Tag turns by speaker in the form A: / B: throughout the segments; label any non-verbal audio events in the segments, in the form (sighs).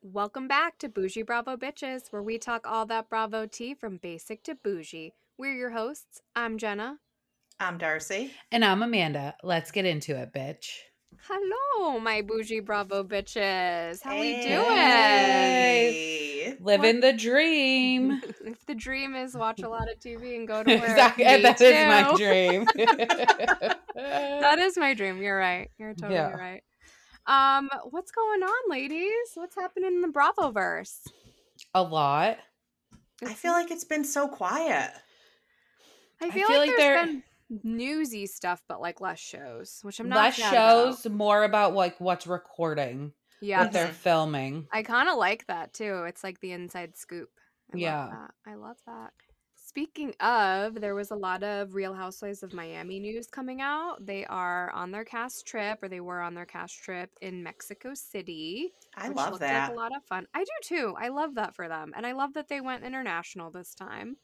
A: Welcome back to Bougie Bravo Bitches, where we talk all that Bravo tea from basic to bougie. We're your hosts. I'm Jenna.
B: I'm Darcy.
C: And I'm Amanda. Let's get into it, bitch.
A: Hello, my Bougie Bravo Bitches. How
B: Hey.
C: Living the dream.
A: we doing? (laughs) if the dream is watch a lot of TV and go to work,
C: (laughs) exactly.
A: me
C: That is my
A: too. (laughs)
C: dream. (laughs)
A: That is my dream. You're right. You're totally
C: Yeah.
A: right. Um, what's going on, ladies? What's happening in the Bravo verse?
C: A lot.
B: I feel like it's been so quiet.
A: I
C: I
A: feel,
C: feel
A: like,
C: like
A: there's
C: there-
A: been newsy stuff, but like less shows, which I'm not
C: Less
A: mad about.
C: shows, more about like what's recording,
A: Yeah,
C: what they're
B: Mhm.
C: filming.
A: I kind of like that too. It's like the inside scoop. I
C: Yeah.
A: love that. I love that. Speaking of, there was a lot of Real Housewives of Miami news coming out. They are on their cast trip, or they were on their cast trip in Mexico City.
B: I
A: which
B: love
A: looked Like
B: that.
A: a lot of fun. I do too. I love that for them, and I love that they went international this time.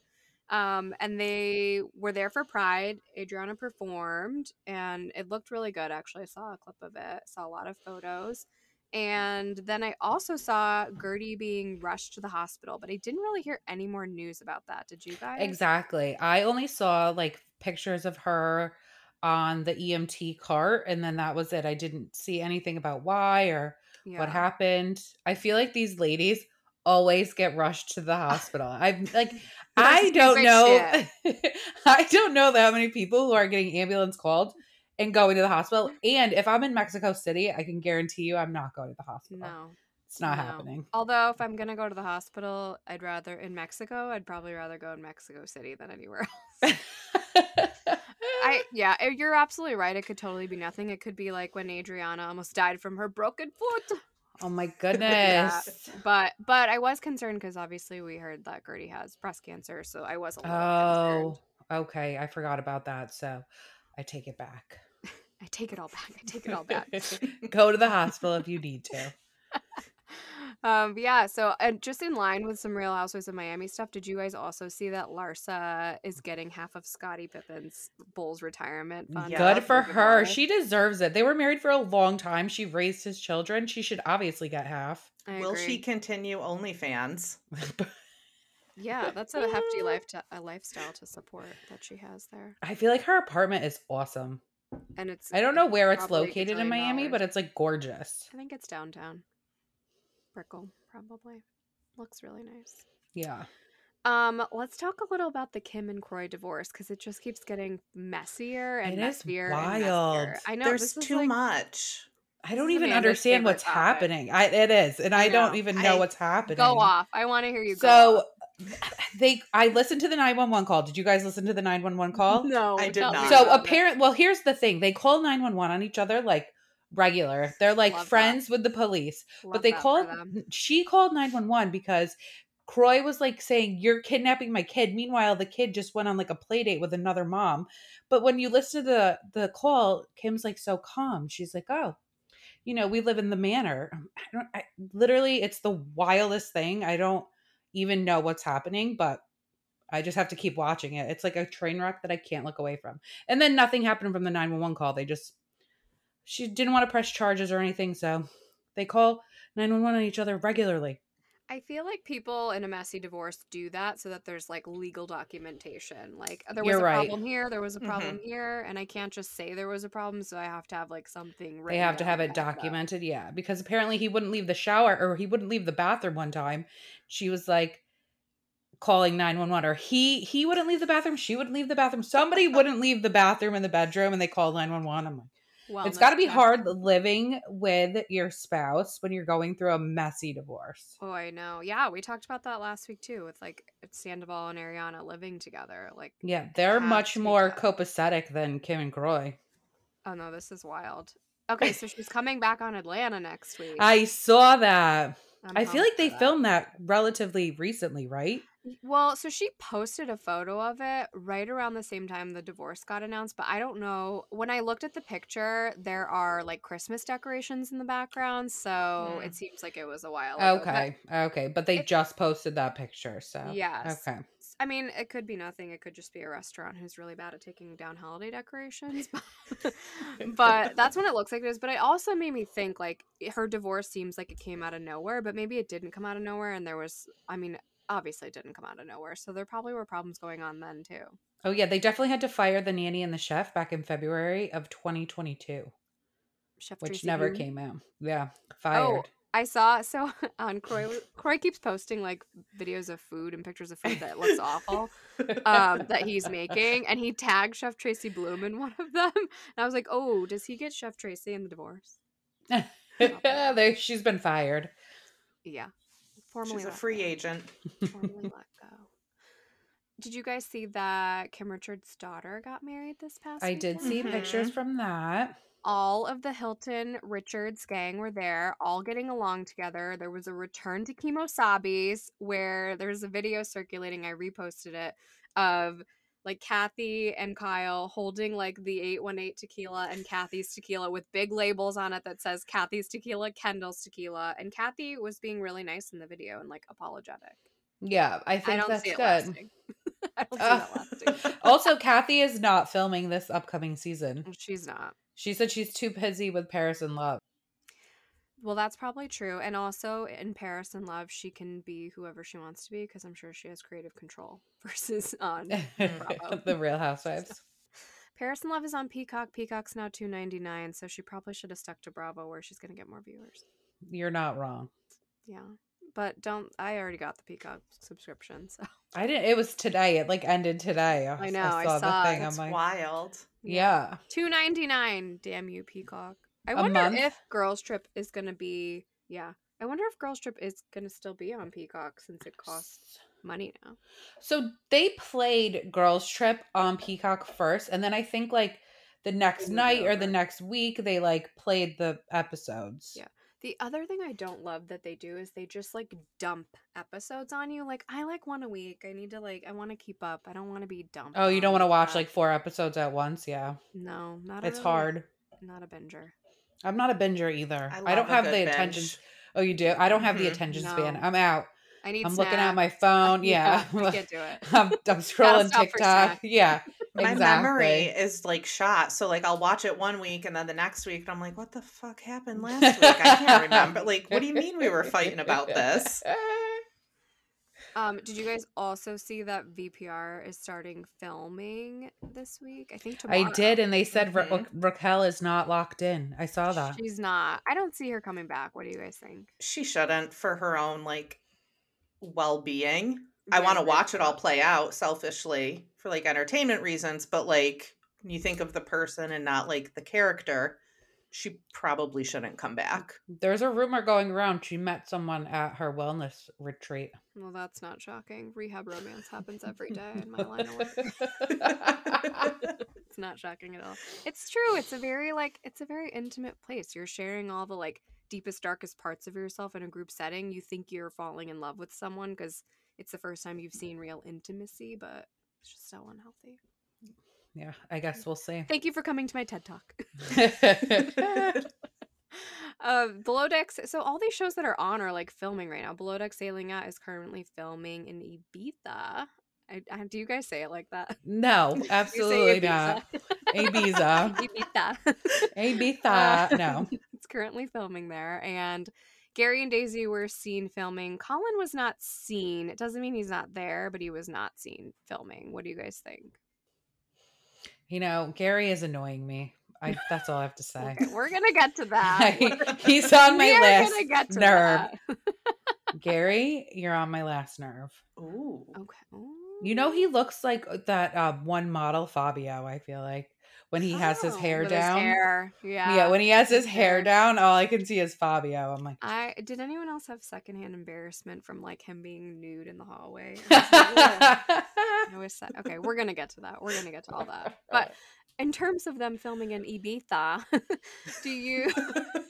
A: Um, and they were there for Pride. Adriana performed, and it looked really good. Actually, I saw a clip of it. Saw a lot of photos, and then I also saw Gertie being rushed to the hospital. But I didn't really hear any more news about that. Did you guys?
C: Exactly. I only saw like pictures of her on the EMT cart, and then that was it. I didn't see anything about why or
A: Yeah.
C: what happened. I feel like these ladies always get rushed
A: (laughs)
C: to the hospital. I'm like, I
A: That's
C: don't
A: stupid
C: know. (laughs) I don't know how many people who are getting ambulance called and going to the
A: (laughs)
C: hospital. And if I'm in Mexico City, I can guarantee you I'm not going to the hospital.
A: No.
C: it's oh, not
A: no.
C: happening.
A: Although, if I'm gonna go to the hospital, I'd rather in Mexico. I'd probably rather go in Mexico City than anywhere else. I yeah, eh, you're absolutely right. It could totally be nothing. It could be like when Adriana almost died from her broken foot.
C: (laughs)
A: (laughs)
C: oh my goodness.
A: But but I was concerned because obviously we heard that Gertie has breast cancer, so I was a little concerned.
C: Oh, okay. I forgot about that. So I take it back.
A: I take it all back. I take it all back.
C: (laughs)
A: (laughs)
C: Go to the hospital if you need to.
A: um but yeah, so and just in line with some Real Housewives of Miami stuff, did you guys also see that Larsa is getting half of Scottie Pippen's Bulls retirement fund?
B: Yeah,
C: Good
A: out
C: for her.
A: Dubai?
C: She deserves it. They were married for a long time. She raised his children. She should obviously get half.
A: I
B: Will she
A: agree.
B: continue OnlyFans?
A: Yeah, that's a hefty life a lifestyle to support that she has there,
C: I feel like her apartment is awesome.
A: and it's
C: I don't know where it's
A: probably a
C: located
A: gazillion
C: in Miami,
A: dollars.
C: but it's like gorgeous.
A: I think it's downtown. Brickell, probably. Looks really nice.
C: Yeah.
A: Um, let's talk a little about the Kim and Croy divorce because it just keeps getting messier and
C: It is
A: messier. And
C: wild.
A: messier. I know
B: There's
A: this is
B: too
A: like,
B: much.
C: I
A: This
C: don't
A: is
C: even
A: Amanda's
C: understand
A: favorite
C: what's
A: topic.
C: happening. I it is. And I,
A: know.
C: don't even know
B: I-
C: what's happening.
A: Go off. I want to hear you.
C: so
A: go
C: they I listened to the 911 call. Did you guys listen to the 911
A: off. (laughs)
C: call?
A: no,
B: I did
A: tell me
B: not.
C: So
A: about it.
C: apparent. Well, here's the thing: they call nine one one on each other like regular. They're like
A: Love that.
C: friends with the police,
A: Love
C: but they
A: that for
C: called.
A: them.
C: She called nine one one because Croy was like saying, "You're kidnapping my kid." Meanwhile, the kid just went on like a play date with another mom. But when you listen to the the call, Kim's like so calm. She's like, "Oh." You know, we live in the manor. Um, I don't. I, literally, it's the wildest thing. I don't even know what's happening, but I just have to keep watching it. It's like a train wreck that I can't look away from. And then nothing happened from the 911 call. They just, she didn't want to press charges or anything. So they call 911 on each other regularly.
A: I feel like people in a messy divorce do that so that there's like legal documentation. Like there was
C: You're
A: a
C: right. Mm-hmm.
A: problem here, there was a
B: Mhm.
A: problem here, and I can't just say there was a problem, so I have to have like something.
C: They
A: written
C: have to
A: down
C: have
A: to
C: it
A: back up.
C: documented. Yeah. Because apparently he wouldn't leave the shower or he wouldn't leave the bathroom one time. She was like, calling 911 or he he wouldn't leave the bathroom she wouldn't leave the
A: (laughs)
C: bathroom somebody wouldn't leave the bathroom in the bedroom and they called 911 i'm like
A: Well,
C: it's got to be hard living with your spouse when you're going through a messy divorce.
A: Oh, I know. Yeah, we talked about that last week too, with like Sandoval and Ariana living together. Like,
C: Yeah, they're
A: has
C: much
A: to be
C: more
A: tough.
C: copacetic than Kim and Croy.
A: oh no, this is wild. Okay, so she's coming back on Atlanta next week.
C: I saw that.
A: I'm
C: I feel
A: pumped
C: like they
A: for that.
C: filmed that relatively recently, right?
A: Y- Well, so she posted a photo of it right around the same time the divorce got announced, but I don't know. When I looked at the picture, there are like Christmas decorations in the background, so
B: Mm.
A: it seems like it was a while ago. but
C: Okay, okay, but they
A: It-
C: just posted that picture, so
A: Yes.
C: okay.
A: I mean, it could be nothing. It could just be a restaurant who's really bad at taking down holiday decorations. (laughs) But, (laughs)
B: (laughs)
A: but that's what it looks like it is. But it also made me think like i- her divorce seems like it came out of nowhere, but maybe it didn't come out of nowhere. And there was, I mean, obviously it didn't come out of nowhere. So there probably were problems going on then too.
C: Oh yeah, they definitely had to fire the nanny and the chef back in February of 2022,
A: Chef
C: which
A: Tracy Oh,
C: never
A: Uhm.
C: came out. Yeah, fired. (laughs)
A: I saw (laughs) so on Croy. Croy keeps posting like videos of food and pictures of food that looks awful um, that he's making, and he tagged Chef Tracy Bloom in one of them. And I was like, oh, does he get Chef Tracy in the divorce?
C: (laughs) there, she's been fired.
A: Yeah, formally.
B: She's a
A: let
B: free
A: go.
B: agent.
A: Formally let go. Did you guys see that Kim Richards' daughter got married this past?
C: I did
A: weekend?
C: see pictures
A: mm-hmm.
B: Mhm.
C: from that.
A: all of the Hilton Richards gang were there, all getting along together. There was a return to Kemosabi's where there's a video circulating. I reposted it of like Kathy and Kyle holding like the 818 tequila and Kathy's tequila with big labels on it that says Kathy's tequila, Kendall's tequila. And Kathy was being really nice in the video and like apologetic.
C: Yeah, I
A: I,
C: think
A: don't
C: that's
A: see it
C: good.
A: lasting. (laughs) I don't see
C: Uh,
A: that lasting. (laughs)
C: also, Kathy is not filming this upcoming season.
A: She's not.
C: She said she's too busy with Paris and Love. (laughs)
A: Well, that's probably true. And also in Paris and Love, she can be whoever she wants to be because I'm sure she has creative control (laughs) versus (laughs) on Bravo.
C: the Real Housewives.
A: Paris and Love is on Peacock. Peacock's now 2.99, so she probably should have stuck to Bravo where she's going to get more viewers.
C: You're not wrong.
A: Yeah. But don't I already got the Peacock subscription. So (laughs)
C: I didn't. It was today. It like ended today.
A: I know, I saw it.
B: That's
C: I'm like,
B: wild.
C: yeah.
A: 2.99, damn you Peacock. I
C: A
A: wonder
C: month?
A: if Girls Trip is going to be yeah. I wonder if Girls Trip is going to still be on Peacock since it costs money now.
C: So they played Girls Trip on Peacock first, and then I think like the next
A: moved it
C: night or the
A: over.
C: next week they like played the episodes.
A: Yeah. The other thing I don't love that they do is they just like dump episodes on you. Like, I like one a week. I need to like, I want to keep up. I don't want to be dumped.
C: Oh, you
A: on
C: don't want to watch
A: that.
C: like four episodes at once. Yeah,
A: no, not. a
C: it's
A: really-
C: hard.
A: Not a binger.
C: I'm not a binger either. I,
B: love
C: don't
B: a
C: have the
B: good
C: attention.
B: binge.
C: Oh, you do? I don't have the
B: Mhm.
C: attention
A: No.
C: span. I'm out.
A: I need.
C: I'm looking
A: (laughs)
C: at
A: snack.
C: my phone. Yeah, (laughs)
A: I can't do it.
C: I'm, I'm scrolling
A: stop for snack.
C: TikTok. (laughs) Yeah,
B: My
C: exactly.
B: memory is like shot. So like I'll watch it one week and then the next week and I'm like, what the fuck happened last week? I can't
C: (laughs)
B: remember. Like, what do you mean we were fighting about this?
C: Eh,
A: Um, did you guys also see that VPR is starting filming this week? I think tomorrow.
C: I did, and they said Ra-
B: Mhm.
C: Raquel is not locked in. I saw that.
A: She's not. I don't see her coming back. What do you guys think?
B: She shouldn't for her own like well being. I
A: Yeah,
B: want to
A: right.
B: watch it all play out selfishly for like entertainment reasons, but like when you think of the person and not like the character, she probably shouldn't come back.
A: (laughs)
B: (laughs)
C: There's a rumor going around she met someone at her wellness retreat.
A: Well, that's not shocking. Rehab romance happens
B: (laughs)
A: every day in my line of work. it's not shocking at all it's true it's a very like it's a very intimate place you're sharing all the like deepest darkest parts of yourself in a group setting you think you're falling in love with someone because it's the first time you've seen real intimacy but it's just so unhealthy
C: (laughs) yeah, I guess
A: (laughs)
C: we'll see.
A: thank you for coming to my ted talk
C: (laughs)
A: uh, below decks so all these shows that are on are like filming right now below deck sailing out is currently filming in ibiza I, I, do you guys say it like that (laughs)
C: no,
A: You say
C: absolutely not.
A: (laughs)
C: Ibiza. (laughs)
A: ibiza (laughs)
C: Ibiza.
A: Uh,
C: no.
A: it's currently filming there and gary and daisy were seen filming colin was not seen it doesn't mean he's not there but he was not seen filming what do you guys think
C: You know, Gary is annoying me. I that's all I have to
A: (laughs)
C: say.
A: okay, we're gonna
C: (laughs)
A: get to that
C: I- he's on my
A: we
C: last
A: are gonna get to
C: nerve.
A: that
C: Gary, you're on my last nerve.
B: Ooh.
A: okay
C: You know he looks like that uh, one model Fabio, I feel like. When he has his
A: Oh,
C: hair
A: with
C: down.
A: hair. yeah
C: yeah. when he has
A: his
C: his hair
A: hair.
C: down, all I can see is Fabio. I'm like
A: (laughs) I did anyone else have secondhand embarrassment from like him being nude in the
C: (laughs)
A: hallway? I was like, "Ugh." I
C: but
A: was sa- okay, we're gonna get to that. We're gonna get to all that. But in terms of them filming in Ibiza, (laughs) do you
B: Oh.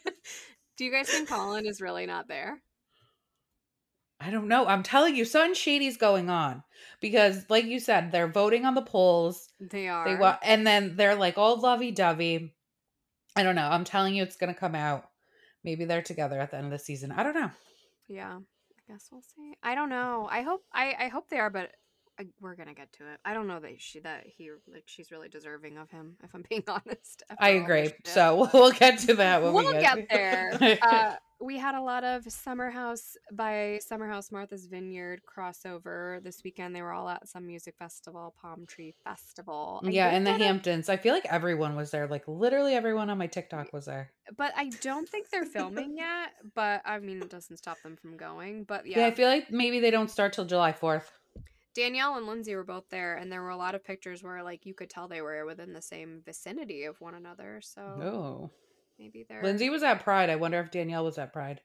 A: do you guys think Colin is really not there?
C: (laughs) I don't know. I'm telling you, something shady's going on because, like you said, they're voting on the polls.
A: They are.
C: They want, and then they're like all lovey dovey. I don't know. I'm telling you, it's gonna come out. Maybe they're together at the end of the season. I don't know.
A: Yeah, I guess we'll see. I don't know. I hope I I hope they are, but I, we're gonna get to it. I don't know that she that he like she's really deserving of him. If I'm being (laughs) honest, after
C: I
A: all this
C: agree.
A: Oh, shit.
C: So (laughs) we'll get to that when
A: we'll
C: we
A: get
C: (laughs)
A: there. uh, we had a lot of Summer House by Summer House Martha's Vineyard crossover this weekend. They were all at some music festival, Palm Tree Festival. I
C: yeah,
A: don't
C: in the
A: get a-
C: Hamptons. I feel like everyone was there. Like literally everyone on my TikTok was there.
A: but I don't think they're filming yet. But I mean, it doesn't stop them from going. But
C: Yeah, I feel like maybe they don't start till July 4th.
A: Danielle and Lindsay were both there, and there were a lot of pictures where, like, you could tell they were within the same vicinity of one another. So
C: Oh.
A: maybe they're.
C: Lindsay was at Pride. I wonder if Danielle was at Pride.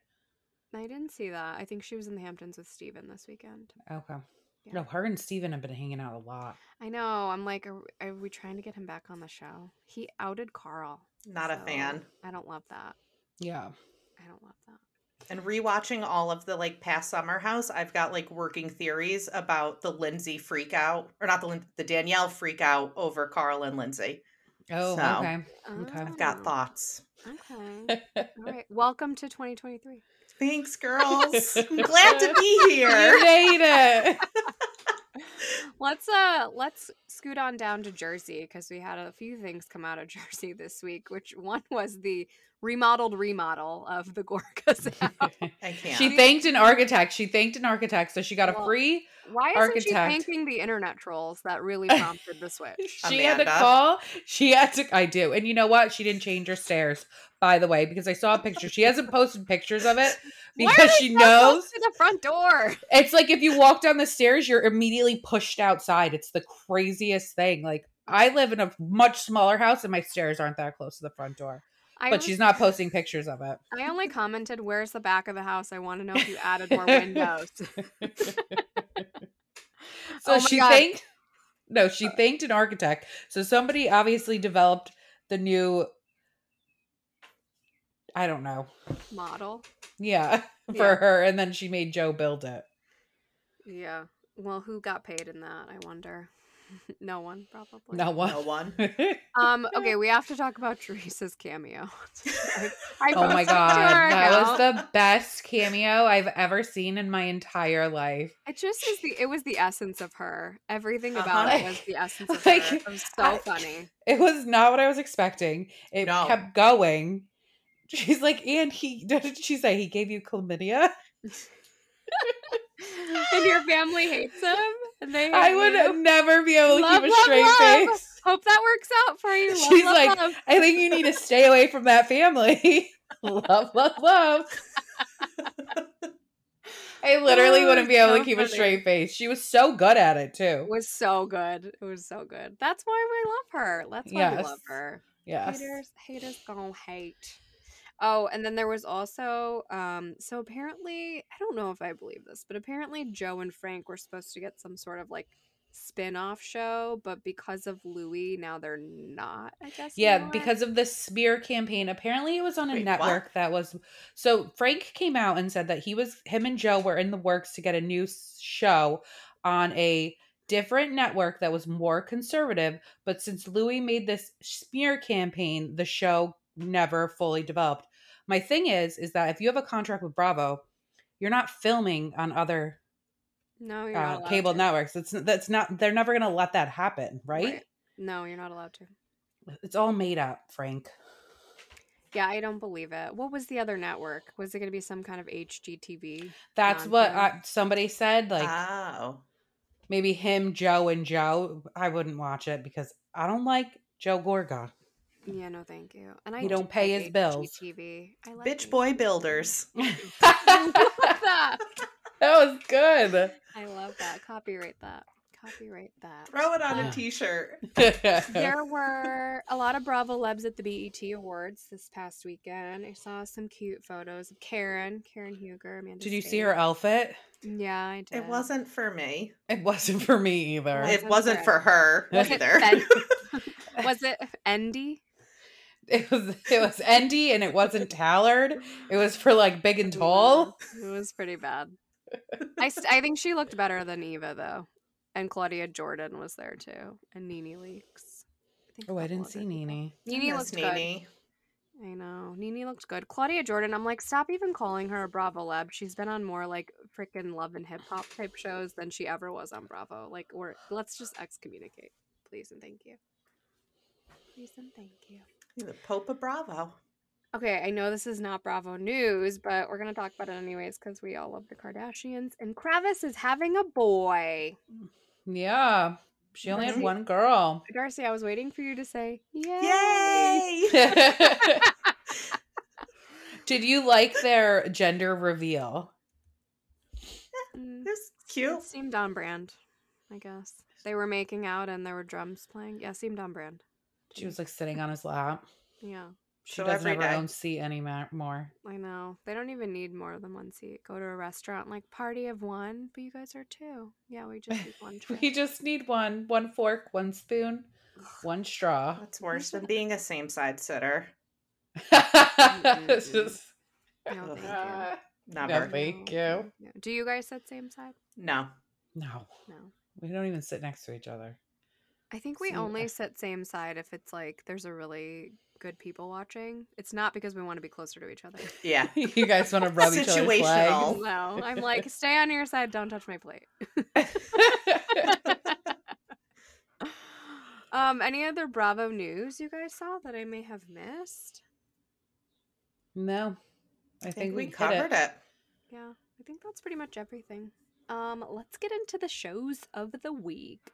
A: I didn't see that. I think she was in the Hamptons with Steven this weekend.
C: Okay.
A: Yeah.
C: No, her and Steven have been hanging out a lot.
A: I know. I'm like, are, are we trying to get him back on the show? He outed Carl.
B: (laughs) Not a
A: so
B: fan.
A: I don't love that.
C: Yeah.
A: I don't love that.
B: And rewatching all of the like past Summer House, I've got like working theories about the Lindsay freak out, or not the Lin- the Danielle freak out over Carl and Lindsay.
C: Oh,
B: So,
C: okay. Okay.
B: I've got
A: Oh,
B: thoughts.
A: Okay.
C: (laughs)
A: All right. Welcome to 2023.
B: Thanks,
C: (laughs)
B: girls. (laughs) I'm glad to
A: (laughs)
B: be
C: you
B: here.
C: made it.
A: Let's uh let's scoot on down to Jersey because we had a few things come out of (laughs) Jersey this week. Which one was the remodeled remodel of the
C: (laughs)
A: Gorka's house?
B: (laughs) I can't.
C: She thanked an architect. She thanked an architect, so she got a
A: Well,
C: free.
A: Why isn't she
C: Architect.
A: thanking the internet trolls that
C: (laughs)
A: really prompted the switch?
C: She had to
B: Amanda.
C: call. She had to. I do. And you know what? She didn't change her stairs, by the way, because I saw a picture. She hasn't posted pictures of it
A: Why are
C: because
A: they
C: she
A: so close
C: knows
A: to the front door.
C: it's like if you walk down the stairs, you're immediately pushed outside. It's the craziest thing. Like I live in a much smaller house, and my stairs aren't that close to the front door.
A: I
C: But
A: was-
C: she's not posting pictures of it.
A: I only commented, "Where's the back of the house? I want to know if you added more
C: (laughs)
A: windows." Oh
C: So
A: my
C: she
A: God.
C: thanked no, she thanked an architect. So somebody obviously developed the new I don't know.
A: Model.
C: Yeah, (laughs) for
A: Yeah.
C: her and then she made Joe build it.
A: Yeah. Well, who got paid in that? I wonder. (laughs) no one, probably.
C: No one. (laughs)
B: no one.
A: Um. Okay, we have to talk about (laughs) Teresa's cameo. I- I
C: oh my
A: posted to
C: god.
A: our
C: That was
A: account.
C: the best cameo I've ever seen in my entire life.
A: It just is the. It was the essence of her. Everything about it
C: Uh-huh. (laughs)
A: was the essence of
C: Like-
A: her. It was so
C: I-
A: funny.
C: (laughs) It was not what I was expecting. It
B: No.
C: kept going. She's like, and he (laughs) did she say he gave you chlamydia? (laughs)
A: and your family hates him. And (laughs) they.
C: I
A: hate
C: would
A: you.
C: never be able to
A: Love,
C: keep a
A: love,
C: straight
A: love.
C: face.
A: Hope that works out for
C: (laughs)
A: you. Love,
C: She's
A: love,
C: like,
A: love.
C: I think you need to stay away from that family. (laughs) love, love,
A: (laughs)
C: love. I literally
A: Oh,
C: wouldn't be able
A: so
C: to keep a
A: funny.
C: straight face. She was so good at it
A: It
C: too.
A: was so good. It was so good. That's why we love her. That's why we love
C: Yes.
A: her.
C: Yes.
A: Haters, haters gonna hate. Oh, and then there was also um so apparently I don't know if I believe this, but apparently Joe and Frank were supposed to get some sort of like spin-off show, but because of Louis, now they're not, I guess.
C: Yeah,
A: anymore.
C: because of the smear campaign. Apparently, it was on a
B: Wait, what?
C: network that was. So Frank came out and said that he was him and Joe were in the works to get a new s- show on a different network that was more conservative. But since Louis made this smear campaign, the show never fully developed. My thing is, is that if you have a contract with Bravo, you're not filming on other
A: no you're not
C: uh,
A: allowed
C: cable
A: to.
C: networks. It's that's not. They're never going to let that happen, right?
A: No, you're not allowed to.
C: It's all made up, Frank.
A: Yeah, I don't believe it. What was the other network? Was it gonna be some kind of HGTV?
C: That's what
A: nonsense.
C: I, somebody said. Like
B: oh.
C: maybe him, Joe, and Joe. I wouldn't watch it because I don't like Joe Gorga. (laughs)
A: Yeah, no, thank you. And I
C: He
A: do
C: don't pay
A: like
C: his bills.
A: HGTV. I like (laughs)
B: Bitch boy builders.
C: (laughs) that
A: that.
C: was good.
A: I love that. Copyright that. Copyright that.
B: Throw it on
C: Yeah.
B: a t shirt.
A: There were a lot of Bravo Lebs at the BET Awards this past weekend. I saw some cute photos of Karen, Karen Huger. Amanda
C: (laughs) Did you see
A: Stays.
C: her outfit?
A: Yeah, I did.
B: It wasn't for me.
C: It wasn't for me either.
A: Wasn't
B: It wasn't for her
A: Was it,
B: either. (laughs)
A: Fen- (laughs) was it Endy?
C: (laughs) It was it was Endy and it wasn't Tallard. It was for like big
A: Mm-hmm.
C: and tall.
A: It was pretty bad. I, st- I think she looked better than Eva, though. And Claudia Jordan was there, too. And Nene Leaks. think a
C: Oh, I
A: couple
C: didn't
A: other
C: see
A: people.
C: Nene.
A: Nene
B: Miss
A: looked good.
B: Nene.
A: I know. Nini looked good. Claudia Jordan, I'm like, stop even calling her a Bravo Leb. She's been on more like freaking love and hip hop type shows than she ever was on Bravo. Like, or let's just excommunicate, please and thank you. Please and thank you.
B: You're the Pope of Bravo.
A: Okay, I know this is not Bravo news, but we're gonna talk about it anyways because we all love the Kardashians. And Kravis is having a boy.
C: Yeah. She only had
B: Right.
C: one girl. (laughs)
A: Darcy, I was waiting for you to say yay.
C: (laughs)
B: Yay!
C: Did you like their gender reveal?
A: Mm,
B: This
A: It
B: cute.
A: seemed on brand, I guess. They were making out and there were drums playing. Yeah, seemed on brand.
C: She was like sitting on his lap.
A: Yeah,
C: She
B: So
C: doesn't
B: every
C: have her
B: day.
C: own seat anymore.
A: I know. They don't even need more than one seat. Go to a restaurant, like party of one, but you guys are two. Yeah, we just need one chair.
C: (laughs) (laughs) We just need one, one fork,
B: (sighs)
C: one spoon, one straw.
B: What's worse than being a same side sitter?
C: (laughs) It's just-
A: No,
C: Ah. (laughs)
A: thank you.
B: Never.
C: Never. Thank you.
A: you. Do you guys sit same side?
B: No.
C: no,
A: No.
C: we don't even sit next to each other.
A: I think we
C: See, I-
A: only sit same side if it's like there's a really good people watching. It's not because we want to be closer to each other. (laughs)
B: Yeah.
C: (laughs) you guys want to rub each other's
B: Situational.
C: legs?
A: No, I'm like, stay on your side, don't touch my plate.
B: (laughs)
A: um, any other Bravo news you guys saw that I may have missed?
C: (laughs) no, I
B: I think we
C: hit
B: covered it. (laughs)
A: Yeah, I think that's pretty much everything. Um, let's get into the shows of the week.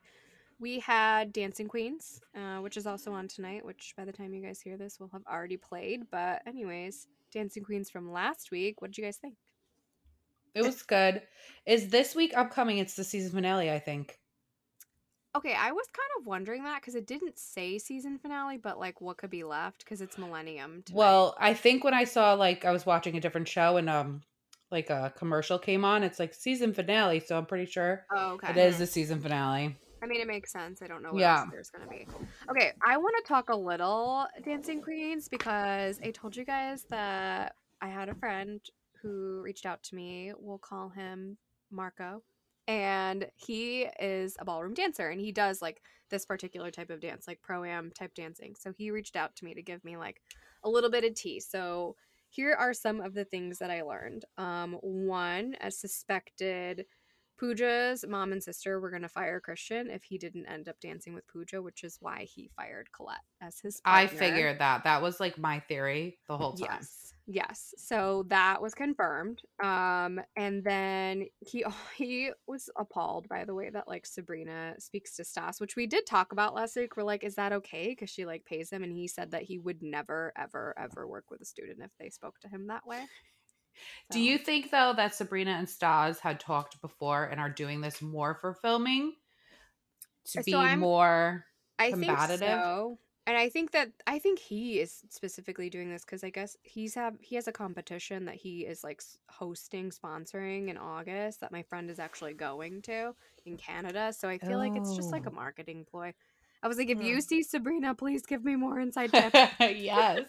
A: We had Dancing Queens, uh, which is also on tonight, which by the time you guys hear this will have already played. But anyways, Dancing Queens from last week, what did you guys think?
C: It was good. Is this week upcoming? It's the season finale, I think.
A: Okay, I was kind of wondering that because it didn't say season finale, but like what could be left because it's Millennium. Tonight.
C: Well, I think when I saw like I was watching a different show and um like a commercial came on, it's like season finale, so I'm pretty sure
A: oh, okay.
C: it is the season finale.
A: I mean, it makes sense. I don't know what
C: Yeah.
A: else there's going to be. Okay, I want to talk a little Dancing Queens because I told you guys that I had a friend who reached out to me. We'll call him Marco. And he is a ballroom dancer and he does like this particular type of dance, like pro am type dancing. So he reached out to me to give me like a little bit of tea. So here are some of the things that I learned. Um, one, as suspected, Pooja's mom and sister were going to fire Christian if he didn't end up dancing with Pooja, which is why he fired Colette as his.
C: I
A: partner.
C: figured that. That was like my theory the whole time.
A: Yes. Yes. So that was confirmed. Um, and then he (laughs) he was appalled by the way that like Sabrina speaks to Stas, which we did talk about last week. We're like, is that okay? Because she like pays him, and he said that he would never, ever, ever work with a student if they spoke to him that way.
C: Do you think though that Sabrina and Stas had talked before and are doing this more for filming to
A: So
C: be
A: I'm-
C: more?
A: (laughs) I
C: combative?
A: think so. And I think that I think he is specifically doing this because I guess he's have he has a competition that he is like s- hosting, sponsoring in August that my friend is actually going to in Canada. So I feel like it's just like a
C: Oh.
A: marketing ploy. I was like, if
B: Hmm.
A: you see Sabrina, please give me more
C: (laughs)
A: inside tips.
C: yes.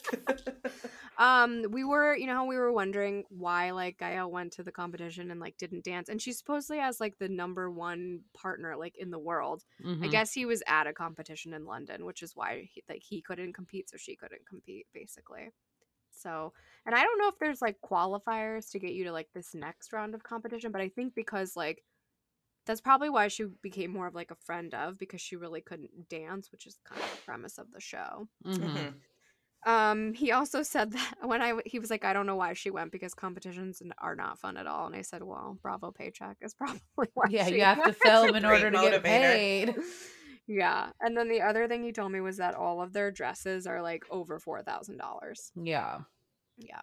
A: Um, we were, you know, how we were wondering why like Gaia went to the competition and like didn't dance, and she supposedly has like the number one partner like in the world. I
C: Mhm.
A: guess he was at a competition in London, which is why he, like he couldn't compete, so she couldn't compete, basically. So, and I don't know if there's like qualifiers to get you to like this next round of competition, but I think because like that's probably why she became more of like a friend of because she really couldn't dance, which is kind of the premise of the show.
C: Mhm.
B: Mhm.
A: Um, he also said (laughs) that when I w- he was like, I don't know why she went because competitions n- are not fun at all, and I said, well, Bravo paycheck is (laughs) probably why.
C: Yeah,
A: she
C: you
A: (laughs)
C: have to
A: went."
C: film in
B: great
C: order to get
B: motivator.
C: paid.
A: (laughs) yeah, and then the other thing he told me was that all of their dresses are like over four thousand dollars.
C: Yeah,
A: Yeah,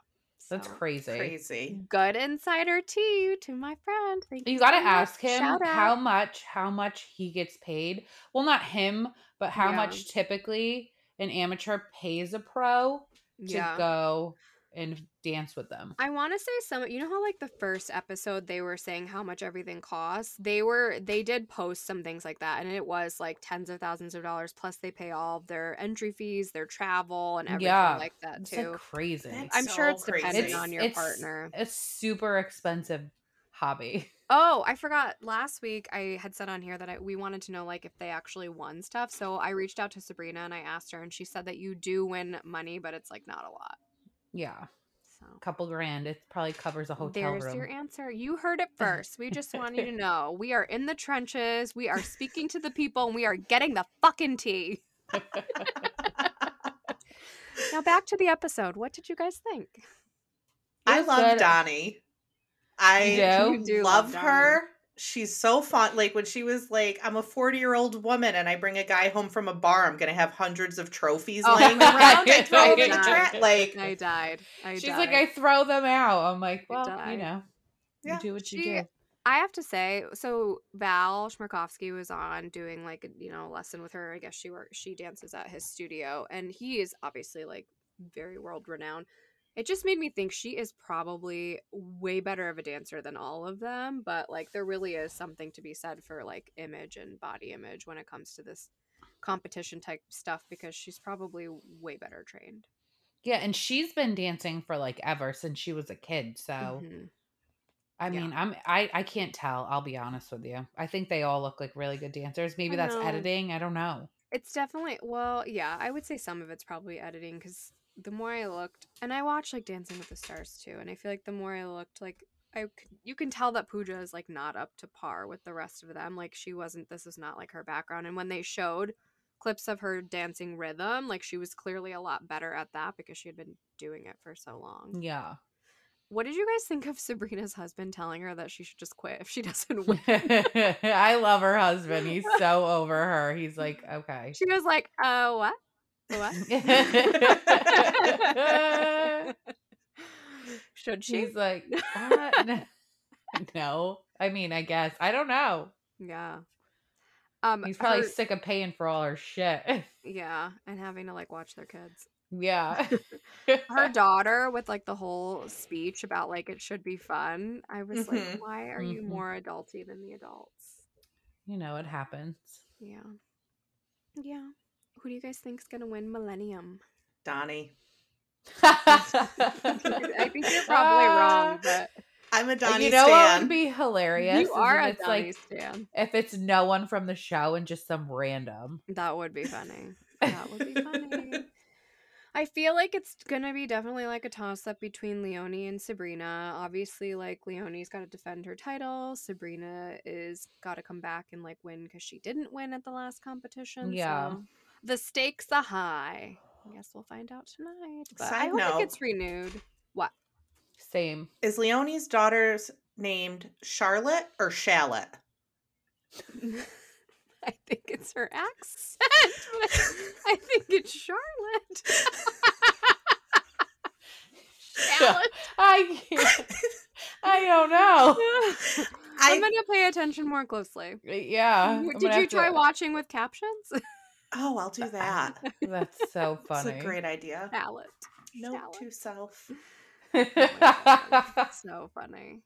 C: that's
A: so,
C: crazy.
B: Crazy.
A: Good insider tea to my friend. Thank
C: You got to
A: so much.
C: ask him
A: Shout out.
C: how much how much he gets paid. Well, not him, but how
A: Yeah.
C: much typically an amateur pays a pro to
A: yeah.
C: go and dance with them.
A: I want to say some. You know how like the first episode they were saying how much everything costs. They were they did post some things like that, and it was like tens of thousands of dollars. Plus, they pay all of their entry fees, their travel, and everything
C: Yeah.
A: like that
C: It's
A: too.
C: like crazy.
B: That's
A: I'm sure
B: so
A: it's dependent
B: crazy.
A: on your partner.
C: A super expensive hobby. (laughs)
A: Oh, I forgot. Last week I had said on here that I, we wanted to know like if they actually won stuff. So I reached out to Sabrina and I asked her, and she said that you do win money, but it's like not a lot.
C: Yeah,
A: So
C: couple grand. It probably covers a hotel
A: there's
C: room.
A: your answer. You heard
C: (laughs)
A: it first. We just want you to know we are in the trenches. We are speaking to the people, and we are getting the fucking
C: (laughs)
A: tea. Now back to the episode. What did you guys think?
B: I
C: Yes,
B: love
C: but-
B: Donnie. I
C: You
A: do
B: love,
A: love
B: her. She's so fun. Like when she was like, I'm a 40 year old woman and I bring a guy home from a bar, I'm going to have hundreds of trophies
C: (laughs)
A: Oh,
B: laying around. I throw them in the
A: God.
B: trash. Like,
A: I died. I
C: She's
A: died.
C: like, I throw them out. I'm like, well,
A: die.
C: you know,
B: Yeah,
C: you do what you
A: she-
C: do.
A: I have to say, so Val Schmarkovsky was on doing like a, you know a lesson with her. I guess she works, she dances at his studio, and he is obviously like very world renowned. It just made me think she is probably way better of a dancer than all of them, but like there really is something to be said for like image and body image when it comes to this competition type stuff because she's probably way better trained.
C: Yeah, and she's been dancing for like ever since she was a kid. So
A: Mhm.
C: I
A: yeah.
C: mean, I'm I I can't tell. I'll be honest with you. I think they all look like really good dancers. Maybe
A: I
C: that's
A: know.
C: editing. I don't know.
A: It's definitely well, yeah. I would say some of it's probably editing because the more I looked, and I watched like Dancing with the Stars too, and I feel like the more I looked, like I c- you can tell that Pooja is like not up to par with the rest of them. Like she wasn't. This is not like her background. And when they showed clips of her dancing rhythm, like she was clearly a lot better at that because she had been doing it for so long.
C: Yeah.
A: What did you guys think of Sabrina's husband telling her that she should just quit if she (laughs)
C: (laughs)
A: doesn't win?
C: I love her husband. He's so over her. He's like, okay.
A: She was like, "Uh, what? What?"
C: (laughs)
A: (laughs) should she?
C: She's like, "What?
A: (laughs)
C: (laughs) No." no. I mean, I guess. I don't know.
A: Yeah. Um
C: He's probably
A: her-
C: sick of paying for all her shit. (laughs)
A: yeah, and having to like watch their kids. (laughs)
C: yeah.
A: Her daughter with like the whole speech about like it should be fun. I was
B: Mhm.
A: like, why are you
C: Mhm.
A: more adulty than the adults?
C: you know, it happens.
A: Yeah. Yeah. Who do you guys think's gonna win Millennium? (laughs)
B: Donnie.
C: (laughs)
A: I think you're probably wrong,
C: Ah. Uh,
A: but
B: I'm a Donnie
C: you know what
B: stan.
C: would be hilarious? is
A: you are
C: if
A: a
C: it's
A: Donnie
C: like
A: stan.
C: if it's no one from the show and just some random.
A: That would be funny. That would be
B: (laughs)
A: funny. I feel like it's gonna be definitely like a toss up between Leonie and Sabrina. Obviously, like Leonie's got to defend her title. Sabrina is got to come back and like win because she didn't win at the last competition.
C: Yeah.
A: so the stakes are high. I guess we'll find out tonight. But I
B: Side
A: hope
B: note.
A: it gets renewed. (laughs)
C: Same.
B: Is Leonie's daughter's named Charlotte or Shallot?
A: I think it's
B: (laughs)
A: her accent. but I think it's Charlotte. Charlotte.
C: I can't- I
A: (laughs)
C: don't know.
A: I'm
B: I-
A: gonna pay attention more closely.
C: Yeah. Uh, I'm
A: W-
C: gonna
A: Did you
C: have to-
A: try watching with captions? (laughs)
B: Oh, I'll do that.
C: (laughs) That's so
B: That's
C: funny.
B: a
C: (laughs)
B: great idea.
A: Palette.
B: Note
A: Shallot.
B: to self.
A: Oh so funny.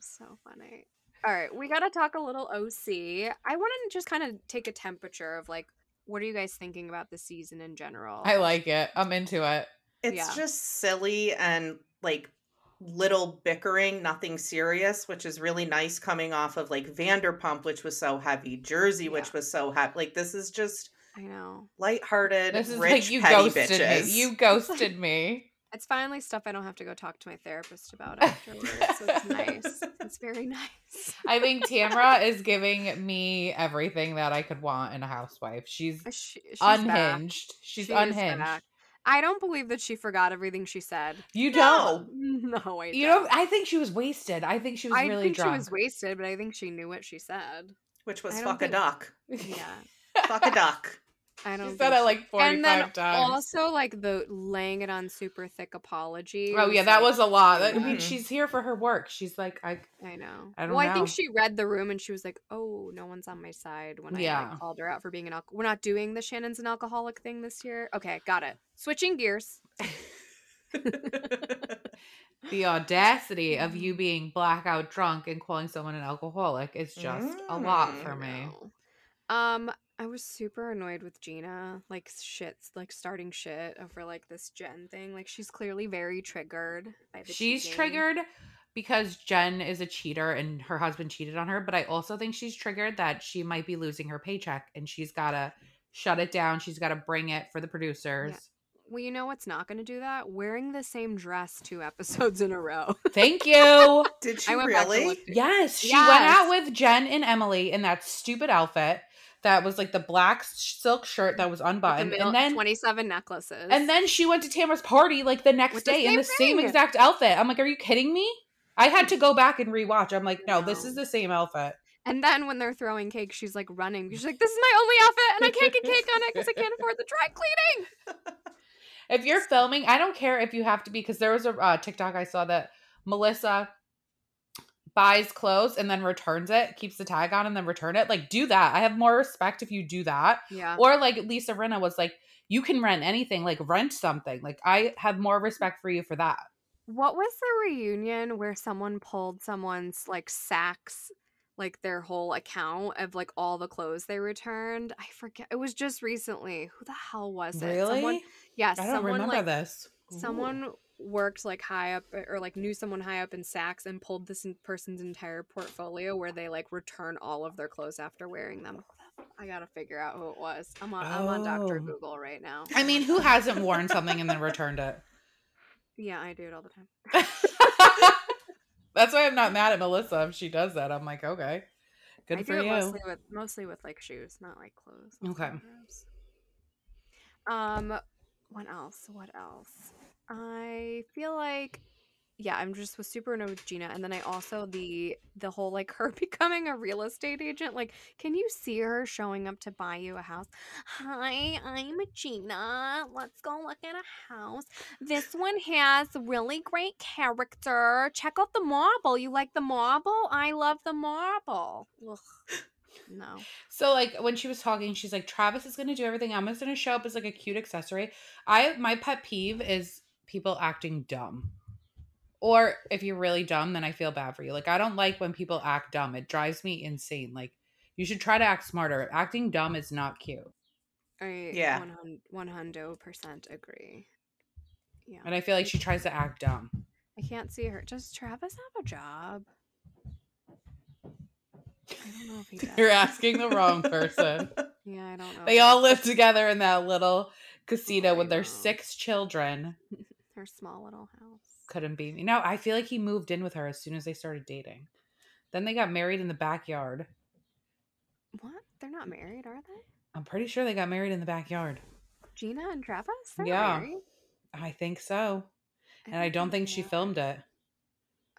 A: So funny. All right, we got to talk a little OC. I want to just kind of take a temperature of like, what are you guys thinking about the season in general?
C: I like it. I'm into it.
B: It's
A: Yeah.
B: just silly and like little bickering, nothing serious, which is really nice coming off of like Vanderpump, which was so heavy, Jersey, which
A: Yeah.
B: was so heavy. Like this is just
A: I know.
B: lighthearted,
C: This is
B: rich,
C: like you
B: petty
C: ghosted
B: bitches.
C: me. You ghosted me.
A: It's finally stuff I don't have to go talk to my therapist
C: (laughs)
A: about afterwards. so it's nice. It's very (laughs) nice.
C: I think Tamra is giving me everything that I could want in a housewife. She's
A: She, she's back.
C: unhinged. She's
A: She is
C: unhinged.
A: back. I don't believe that she forgot everything she said.
C: You
B: No.
C: don't.
A: (laughs) No, I
C: Oh. You know, I think she was wasted. I think she was
A: I
C: really
A: think
C: drunk.
A: she was wasted, but I think she knew what she said.
B: which was
A: I don't
B: fuck a
A: think-
B: duck.
C: (laughs)
A: Yeah,
B: fuck a duck.
A: I don't.
C: she
A: think
C: said it like
A: she-
C: 45
A: and then
C: times.
A: also like the laying it on super thick apology.
C: oh, yeah, that
A: like-
C: was a lot. That- I
A: Yeah.
C: mean, she's here for her work. She's like, I.
A: I know.
C: I don't
A: well, I
C: know.
A: think she read the room and she was like, "Oh, no one's on my side." When I like,
C: Yeah.
A: called her out for being an alcoholic, we're not doing the Shannon's an alcoholic thing this year. Okay, got it. Switching gears.
C: The audacity of you being blackout drunk and calling someone an alcoholic is just a lot
B: Mm.
C: for me.
A: No. Um, I was super annoyed with Gina, like shit, like starting shit over like this Jen thing. Like she's clearly very triggered by the
C: She's
A: cheating.
C: triggered because Jen is a cheater and her husband cheated on her, but I also think she's triggered that she might be losing her paycheck and she's got to shut it down. She's got to bring it for the producers.
A: Well, you know what's not going to do that? Wearing the same dress two (laughs) episodes in a row.
C: Thank you.
B: Did she
A: I went back to
B: really?
A: look.
C: yes, she went
A: Yes.
C: out with Jen and Emily in that stupid outfit that was like the black s- silk shirt that was unbuttoned.
A: mil-
C: and then
A: 27 necklaces.
C: and then she went to Tamara's party like the next
A: With the
C: day in
A: same
C: the same
A: thing.
C: exact outfit. I'm like, "Are you kidding me?" I had to go back and rewatch. I'm like, "No, this
A: No.
C: is the same outfit."
A: And then when they're throwing cake, she's like running. She's like, "This is my only outfit, and I can't get cake on it because I can't afford the dry cleaning."
C: If you're filming, I don't care if you have to be because there was a uh, TikTok I saw that Melissa buys clothes and then returns it, keeps the tag on, and then return it. Like, do that. I have more respect if you do that.
A: Yeah,
C: Or like Lisa Rinna was like, you can rent anything, like rent something. Like, I have more respect for you for that.
A: What was the reunion where someone pulled someone's like sacks, like their whole account of like all the clothes they returned? I forget. It was just recently. Who the hell was it? Someone,
C: Really?
A: yes,
C: I don't
A: someone
C: remember
A: like
C: this.
A: someone worked like high up or like knew someone high up in Saks and pulled this en- person's entire portfolio where they like return all of their clothes after wearing them. I gotta figure out who it was. I'm on I'm on Doctor
C: Oh.
A: Google right now.
C: I mean, who hasn't worn something and then
A: (laughs)
C: returned it?
A: Yeah, I do it all the time.
C: That's why I'm not mad at Melissa if she does that. I'm like, okay, good
A: I
C: for
A: do it
C: you.
A: mostly with mostly with like shoes, not like clothes. and
C: Okay.
A: scarves. Um, what else? What else? I feel like yeah, I'm just was super annoyed with Gina, and then I also the the whole like (laughs) her becoming a real estate agent. Like, can you see her showing up to buy you a house? Hi, I'm Gina. Let's go look at a house. This one has really great character. Check out the marble. You like the marble? I love the marble. Ugh. No.
C: So like when she was talking, she's like, Travis is gonna do everything. I'm just gonna show up as like a cute accessory. I my pet peeve is people acting dumb. Or if you're really dumb, then I feel bad for you. Like I don't like when people act dumb. It drives me insane. Like you should try to act smarter. Acting dumb is not cute.
A: I
B: Yeah.
A: 100% agree. Yeah.
C: And I feel like she tries to act dumb.
A: I can't see her. Does Travis have a job? I don't know if
C: (laughs)
A: he does.
C: You're asking the
A: (laughs)
C: wrong person.
A: Yeah, I don't know.
C: they all live together in that little casino with
A: I
C: their
A: know.
C: six children.
A: Her small little house.
C: couldn't be me. No, I feel like he moved in with her as soon as they started dating. Then they got married in the backyard.
A: What? They're not married, are they?
C: I'm pretty sure they got married in the backyard.
A: Gina and Travis? They're not
C: Yeah.
A: married?
C: I think so. And I don't think she
A: they are.
C: filmed it.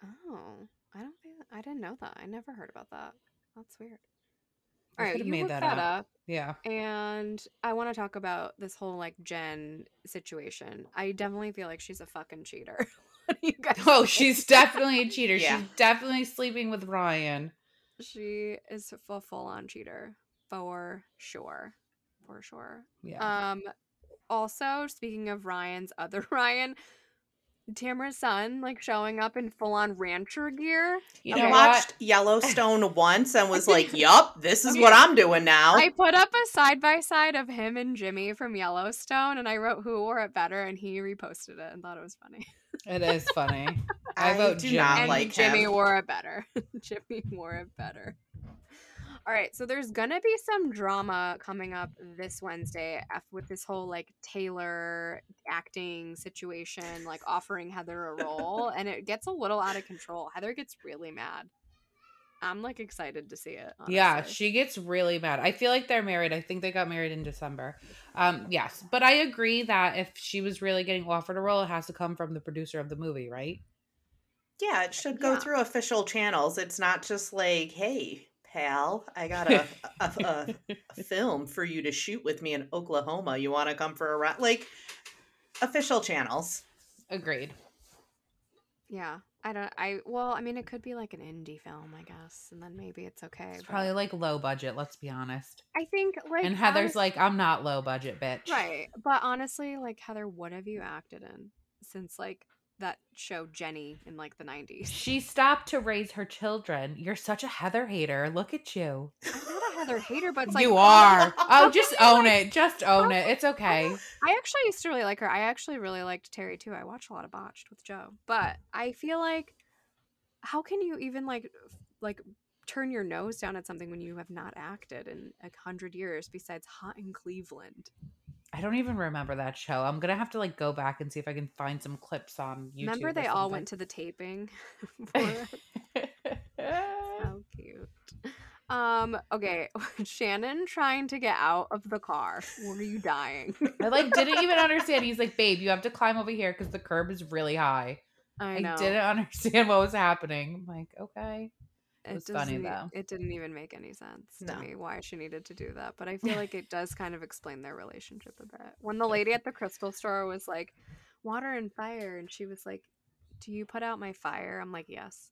A: Oh, I don't think I didn't know that. I never heard about that. That's weird.
C: I
A: All right,
C: could've
A: you
C: made
A: look
C: that
A: that,
C: up.
A: up.
C: Yeah. (laughs)
A: And I want to talk about this whole like Jen situation. I definitely feel like she's a fucking cheater. (laughs) What do you guys
C: Oh,
A: think? (laughs)
C: she's definitely a cheater.
B: Yeah.
C: She's definitely sleeping with Ryan.
A: she is a full on cheater for sure. For sure.
C: Yeah.
A: Um, also, speaking of Ryan's (laughs) other Ryan, Tamara's son, like showing up in full on rancher gear.
C: you
A: okay.
C: know
B: I
C: what?
B: watched Yellowstone once and was like, "Yup, this is what
A: Okay.
B: I'm doing now."
A: I put up a side by side of him and Jimmy from Yellowstone, and I wrote who wore it better, and he reposted it and thought it was funny.
C: It is funny. I
B: I
C: vote
B: do
C: Jimmy.
B: not
A: and
B: like
A: Jimmy
B: him.
A: wore it better. (laughs) Jimmy wore it better. All right, so there's gonna be some drama coming up this Wednesday af- with this whole like Taylor acting situation, like offering Heather a role, and it gets a little out of control. Heather gets really mad. I'm like excited to see it.
C: Yeah,
A: honestly.
C: she gets really mad. I feel like they're married. I think they got married in December. Um, yes, but I agree that if she was really getting offered a role, it has to come from the producer of the movie, right?
B: yeah, it should go
A: Yeah.
B: through official channels. It's not just like, "Hey, pal, I got a a,
A: Uh,
B: a, a film for you to shoot with me in Oklahoma. You want to come for a ride?" Like official channels.
C: (laughs) Agreed.
A: Yeah. I don't I well, I mean it could be like an indie film, I guess, and then maybe it's okay.
C: It's
A: but
C: probably like low budget. Let's be honest.
A: I think like
C: and Heather's
A: honest-
C: like, I'm not low budget, bitch. (laughs)
A: Right. But honestly, like Heather, what have you acted in since like that show Jenny in like the nineties?
C: She stopped to raise her children. You're such a Heather hater. Look at you.
A: I'm not a Heather hater, but it's like oh,
C: you are.
A: how (laughs)
C: Oh, just
A: can you,
C: own it. Just own it.
A: (laughs)
C: It's okay.
A: I actually used to really like her. I actually really liked Terry too. I watched a lot of Botched with Joe, but I feel like how can you even like f- like turn your nose down at something when you have not acted in a hundred years besides hot in cleveland
C: I don't even remember that show. I'm gonna have to like go back and see if I can find some clips on YouTube.
A: remember they all went to the taping (laughs) for- How cute. Um, okay. (laughs) Shannon trying to get out of the car. Were you dying? (laughs)
C: I like didn't even understand. He's like, babe, you have to climb over here because the curb is really high.
A: I
C: I,
A: know.
C: didn't understand what was happening. I'm like, okay. (laughs)
A: It
C: was funny,
A: doesn't e-
C: though.
A: It didn't even make any sense to
B: No.
A: me why she needed to do that. But I
C: (laughs)
A: feel like it does kind of explain their relationship a bit. When the lady at the crystal store was like, water and fire, and she was like, Do you put out my fire? I'm like, Yes,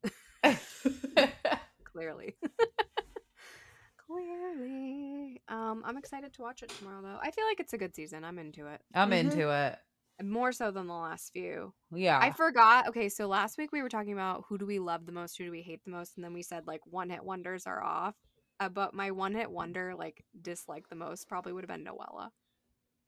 A: (laughs) clearly. (laughs) clearly. Um, I'm excited to watch it tomorrow though. I feel like it's a good season. I'm into it.
C: I'm
B: Mhm.
C: into it.
A: More so than the last few.
C: Yeah.
A: I forgot. Okay, so last week we were talking about who do we love the most, who do we hate the most, and then we said like one hit wonders are off. Uh, but my one hit wonder like dislike the most probably would have been Noella.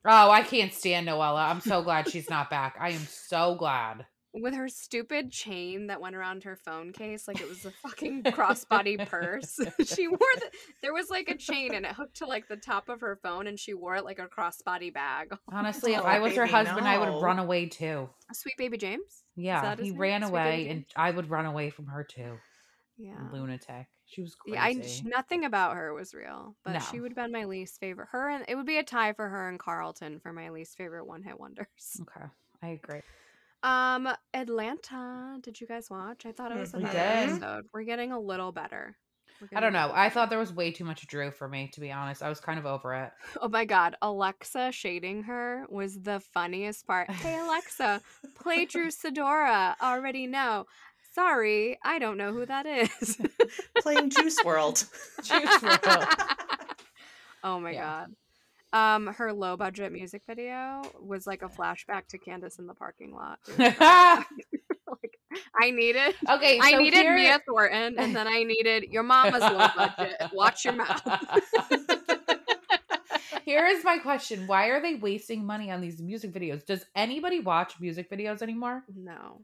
C: oh, I can't stand Noella. I'm so glad she's not back. I am so glad.
A: With her stupid chain that went around her phone case, like it was a fucking crossbody purse. (laughs) she wore the, there was like a chain and it hooked to like the top of her phone, and she wore it like a crossbody bag. (laughs)
C: Honestly, if
B: Oh,
C: I was her
B: baby,
C: husband, I would
B: no.
C: run away too.
A: Sweet baby James.
C: Yeah,
A: that his
C: he
A: name?
C: ran
A: Sweet Baby
C: away,
A: Jane?
C: and I would run away from her too.
A: Yeah.
C: Lunatic. She was crazy.
A: Yeah, I sh- nothing about her was real, but she
C: No.
A: would have been my least favorite. Her and it would be a tie for her and Carlton for my least favorite one hit wonders.
C: okay, I agree. Mm.
A: Um, Atlanta. Did you guys watch? I thought it was
B: Mhm.
A: a
C: Mm, We
A: bad
C: did.
A: episode. We're getting a little better. We're
C: I
A: getting
C: don't
A: a
C: know.
A: little
C: I
A: better.
C: thought there was way too much Drew for me, to be honest. I was kind of over it.
A: Oh my god, Alexa shading her was the funniest part. Hey Alexa,
C: (laughs)
A: play Drew Sidora. Already know. Sorry, I don't know who that is.
B: Playing Juice World.
C: Juice
A: (laughs)
C: WRLD.
A: oh my
C: Yeah.
A: god. Um, her low budget music video was like a flashback to Candace in the parking lot. (laughs) dude. like I needed,
C: okay,
A: I
C: so
A: needed
C: here-
A: Mia Thornton, and then I needed your mama's low budget. Watch your (laughs) mouth.
C: (laughs) Here is my question: Why are they wasting money on these music videos? Does anybody watch music videos anymore?
A: No,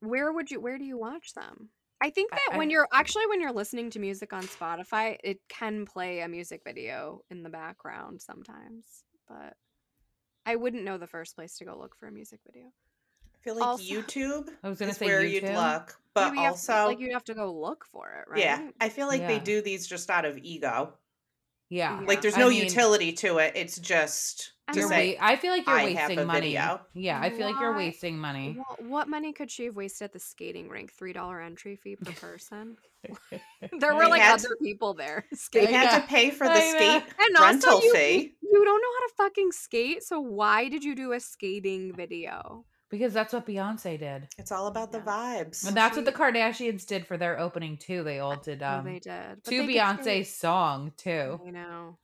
A: where would you? Where do you watch them? I think
C: I-
A: that when
C: I-
A: you're actually when you're listening to music on Spotify, it can play a music video in the background sometimes, but I wouldn't know the first place to go look for a music video.
B: I feel like
A: Also-
B: YouTube
C: I was gonna
B: is
C: say
B: where
C: YouTube.
B: you'd look, but
A: Maybe you have
B: also,
A: to- like you have to go look for it, right?
B: yeah, I feel like they
C: Yeah.
B: do these just out of ego.
C: Yeah,
B: Like
A: Yeah.
B: there's
C: I
B: no
C: mean-
B: utility to it. It's just
A: I
B: to
C: You're
A: know.
B: say,
C: wa- I feel like you're
B: "I have
C: wasting
B: a
C: money.
B: video."
C: Yeah, I feel like you're
A: Why-
C: wasting money.
A: Wha- what money could she have wasted at the skating rink? Three dollar entry fee per person. (laughs) there were
B: They
A: like
B: had-
A: other people there (laughs)
B: they
A: skating,
C: had
B: had
C: Yeah.
B: to pay for the
C: I know.
B: skate
A: and
B: rental
A: also you,
B: fee.
A: you don't know how to fucking skate. So why did you do a skating video?
C: because that's what Beyonce did.
B: It's all about the
A: Yeah.
B: vibes.
C: And that's what the Kardashians did for their opening too. They all did
A: Oh,
C: um
A: they did but
C: to
A: they did
C: Beyonce's
A: skate.
C: song too.
A: I know.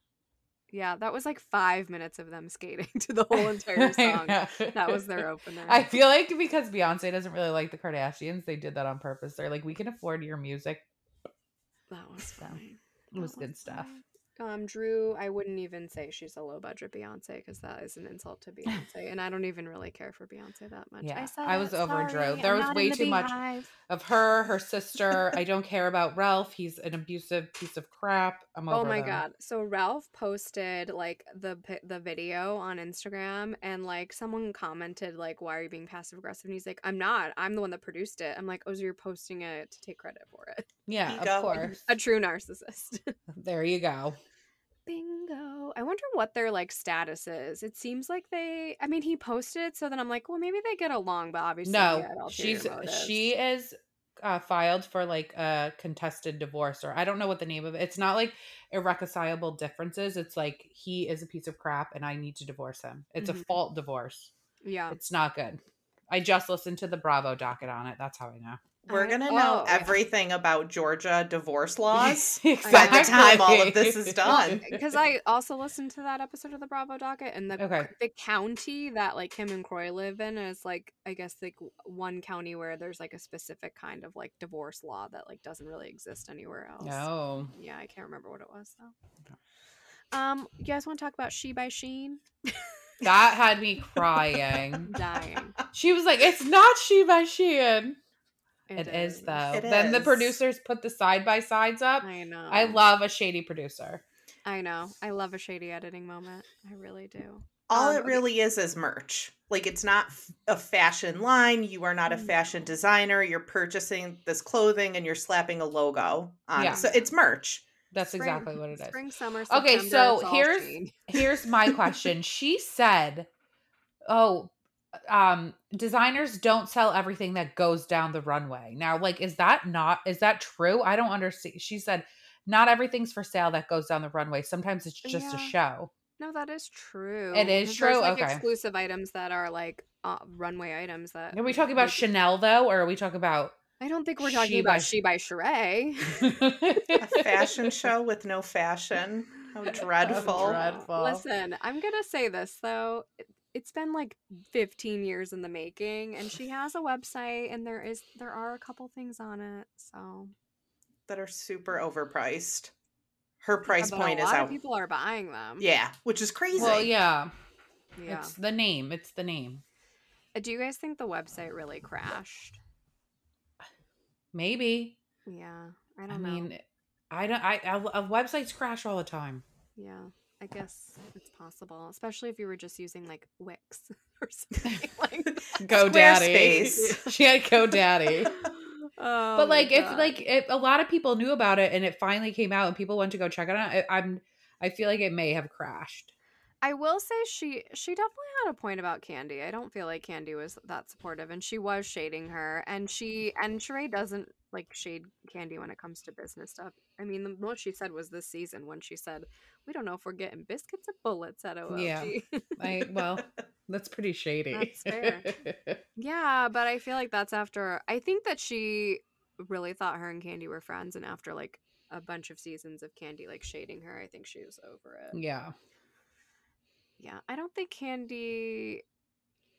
A: Yeah, that was like five minutes of them skating (laughs) to the whole
C: (laughs)
A: entire song. That was their opener.
C: I feel like because Beyonce doesn't really like the Kardashians, they did that on purpose. They're like, we can afford your music.
A: that was
C: so,
A: funny.
C: It was
A: That
C: good stuff.
A: fun. Oh, Um, Drew, I wouldn't even say she's a low budget Beyonce because that is an insult to Beyonce, and I don't even really care for Beyonce that much.
C: Yeah,
A: said
C: I was
A: it,
C: over Drew.
A: sorry,
C: There
A: I'm
C: was
A: not in
C: way
A: the
C: too much-
A: Beehive.
C: Of her, her sister.
A: (laughs)
C: I don't care about Ralph. He's an abusive piece of crap. I'm over
A: Oh my
C: them.
A: god! So Ralph posted like the pi- the video on Instagram, and like someone commented like, "Why are you being passive aggressive?" And he's like, "I'm not. I'm the one that produced it." I'm like, "Oh, so you're posting it to take credit for it? (laughs)
C: Yeah,
B: Ego.
C: of course.
A: A true narcissist."
C: There you go.
A: Bingo. I wonder what their like status is. It seems like they I mean he posted it so then I'm like, well maybe they get along, but obviously they
C: no,
A: had ulterior
C: she's
A: motives.
C: she is uh, filed for like a contested divorce, or I don't know what the name of it. It's not like irreconcilable differences. It's like he is a piece of crap, and I need to divorce him. It's a
A: Mhm.
C: fault divorce. (laughs)
A: Yeah.
C: It's not good. I just listened to the Bravo docket on it. That's how I know.
B: We're
A: I-
B: gonna
A: oh,
B: know
A: (laughs) yeah.
B: everything about Georgia divorce
C: (laughs)
B: laws by
A: Exactly.
B: the time all of this is done.
A: Because I also listened to that episode of the Bravo docket and the
C: Okay.
A: the county that like him and Croy live in is like I guess like w- one county where there's like a specific kind of like divorce law that like doesn't really exist anywhere else.
C: No.
A: Yeah, I can't remember what it was though. Um, you guys want to talk about She by Sheen?
C: That had me crying.
A: Dying.
C: she was like, It's not she by Sheehan. (laughs) It is
A: is.
C: though.
B: It
C: then the
B: is.
C: producers put the side by sides up.
A: I know.
C: I love a shady producer.
A: I know. I love a shady editing moment. I really do.
B: All
A: Um,
B: it
A: okay.
B: really is is merch. Like it's not f- a fashion line. You are not a
A: Mm.
B: fashion designer. You're purchasing this clothing and you're slapping a logo on.
C: Yeah.
B: it. So it's merch.
C: That's
A: Spring-
C: exactly what it is.
A: Spring, summer.
C: Okay,
A: September,
C: so
A: it's all
C: here's-
A: sheen.
C: Here's my question. she said, "Oh, um designers don't sell everything that goes down the runway." Now, like is that not is that true? I don't understand. She said, "Not everything's for sale that goes down the runway. Sometimes it's just a
A: Yeah.
C: show."
A: No, that is true.
C: It is
A: Because
C: true?
A: There's, like,
C: Okay.
A: Exclusive items that are like uh, runway items that.
C: Are we talking about
A: would-
C: Chanel though or are we talking about
A: I don't think we're talking
C: She by
A: about
C: Sh-
A: she by
C: (laughs)
A: Sheree. (laughs)
B: A fashion show with no fashion. How dreadful.
C: dreadful.
A: Listen, I'm gonna say this though. it- It's been like 15 years in the making, and she has a website, and there is there are a couple things on it. So
B: that are super overpriced. Her
A: mm. Yeah,
B: price
A: but
B: point
A: a
B: is
A: lot
B: out.
A: Of mm. people are buying them.
B: yeah, which is crazy.
C: Well, yeah.
A: yeah.
C: It's the name. It's the name.
A: Uh, Do you guys think the website really crashed?
C: Maybe.
A: Yeah, I
C: I,
A: don't know.
C: mean, I don't. I, I uh, websites crash all the time. (laughs)
A: Yeah, I guess it's possible, especially if you were just using like Wix (laughs) or (laughs) something like. (laughs)
B: GoDaddy.
C: she had GoDaddy.
A: Oh my
C: but like, if
A: God.
C: like if a lot of people knew about it and it finally came out and people went to go check it out, I, I'm. I feel like it may have crashed.
A: I will say she she definitely had a point about Candy. I don't feel like Candy was that supportive, and she was shading her. And she and Sheree doesn't like shade Candy when it comes to business stuff. I mean, the most she said was this season when she said, "We don't know if we're getting biscuits and bullets at OLG."
C: Yeah. I
A: (laughs)
C: well, that's pretty shady.
A: That's fair. Yeah, but I feel like that's after I think that she really thought her and Candy were friends and after like a bunch of seasons of Candy like shading her, I think she was over it.
C: (laughs) yeah.
A: Yeah, I don't think Candy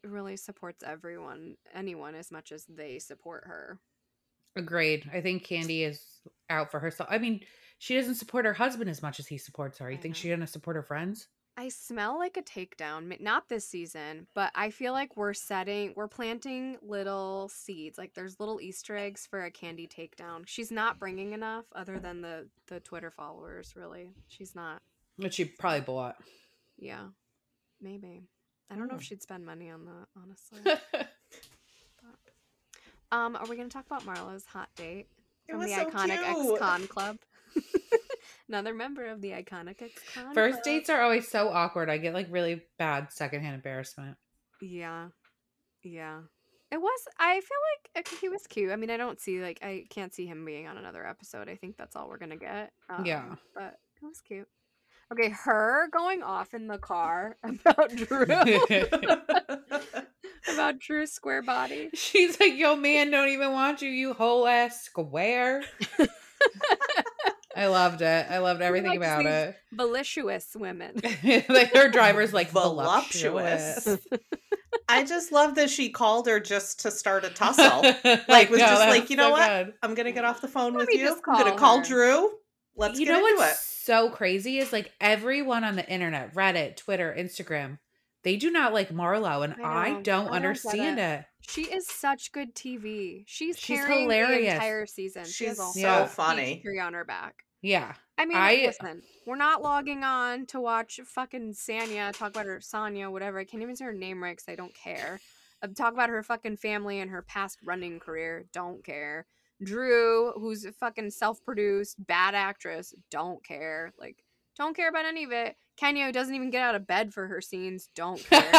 A: really supports everyone anyone as much as they support her.
C: Agreed. I think Candy is out for herself. I mean, she doesn't support her husband as much as he supports her. You
A: I
C: think
A: know.
C: she's gonna support her friends?
A: I smell like a takedown, m- not this season, but I feel like we're setting, we're planting little seeds. Like there's little Easter eggs for a candy takedown. She's not bringing enough, other than the the Twitter followers. Really, she's not.
C: Which she
A: (laughs)
C: probably bought.
A: Yeah, maybe. I don't know if
B: Hmm.
C: Mm.
A: she'd spend money on that,
B: (laughs)
A: honestly. um, are we gonna talk about Marlo's hot date
B: It
A: from
B: was
A: the
B: so
A: iconic
B: cute. (laughs)
A: ex-con club? (laughs) Another member of the iconic ex-con.
C: First
A: club.
C: dates are always so awkward. I get like really bad secondhand embarrassment.
A: (laughs) Yeah. Yeah. It was I feel like okay, he was cute. I mean, I don't see like I can't see him being on another episode. I think that's all we're going to get.
C: Yeah.
A: Um, But it was cute. Okay, her going off in the car (laughs) about
B: (laughs)
A: Drew (laughs) about Drew's square body.
C: (laughs) She's like, "Yo, man, don't even want you, you whole ass square." I loved it. I loved everything
A: likes
C: about
A: these-
C: it.
A: Voluptuous women.
C: (laughs) like her driver's like
B: (laughs)
C: voluptuous.
B: Voluptuous. I just love that she called her just to start
A: (laughs)
B: a tussle. Like,
C: (laughs)
B: was just
C: that
B: like, "You know what?
C: good.
B: I'm gonna get off the phone
A: Let
B: with
A: me
B: you.
A: just
B: I'm
A: call
B: gonna call
A: her."
B: Drew. Let's
C: you
B: get
C: know
B: into
C: what's
B: it.
C: so crazy is like everyone on the internet, Reddit, Twitter, Instagram, they do not like Marlo,
A: I
C: and I,
A: know. I don't
C: don't
A: get
C: understand it.
A: She is such good TV. She's,
C: She's
A: carrying
C: hilarious.
A: the entire season. she
B: She's
A: has a
B: so
A: whole
C: Yeah.
B: funny.
A: tree on her back.
C: Yeah,
A: I mean,
C: I-
A: listen, we're not logging on to watch fucking Sanya talk about her Sanya, whatever. I can't even say her name right because I don't care. Uh, talk about her fucking family and her past running career. Don't care. Drew, who's a fucking self-produced bad actress. Don't care. Like, don't care about any of it. Kenya who doesn't even get out of bed for her scenes.
C: (laughs)
A: Don't care.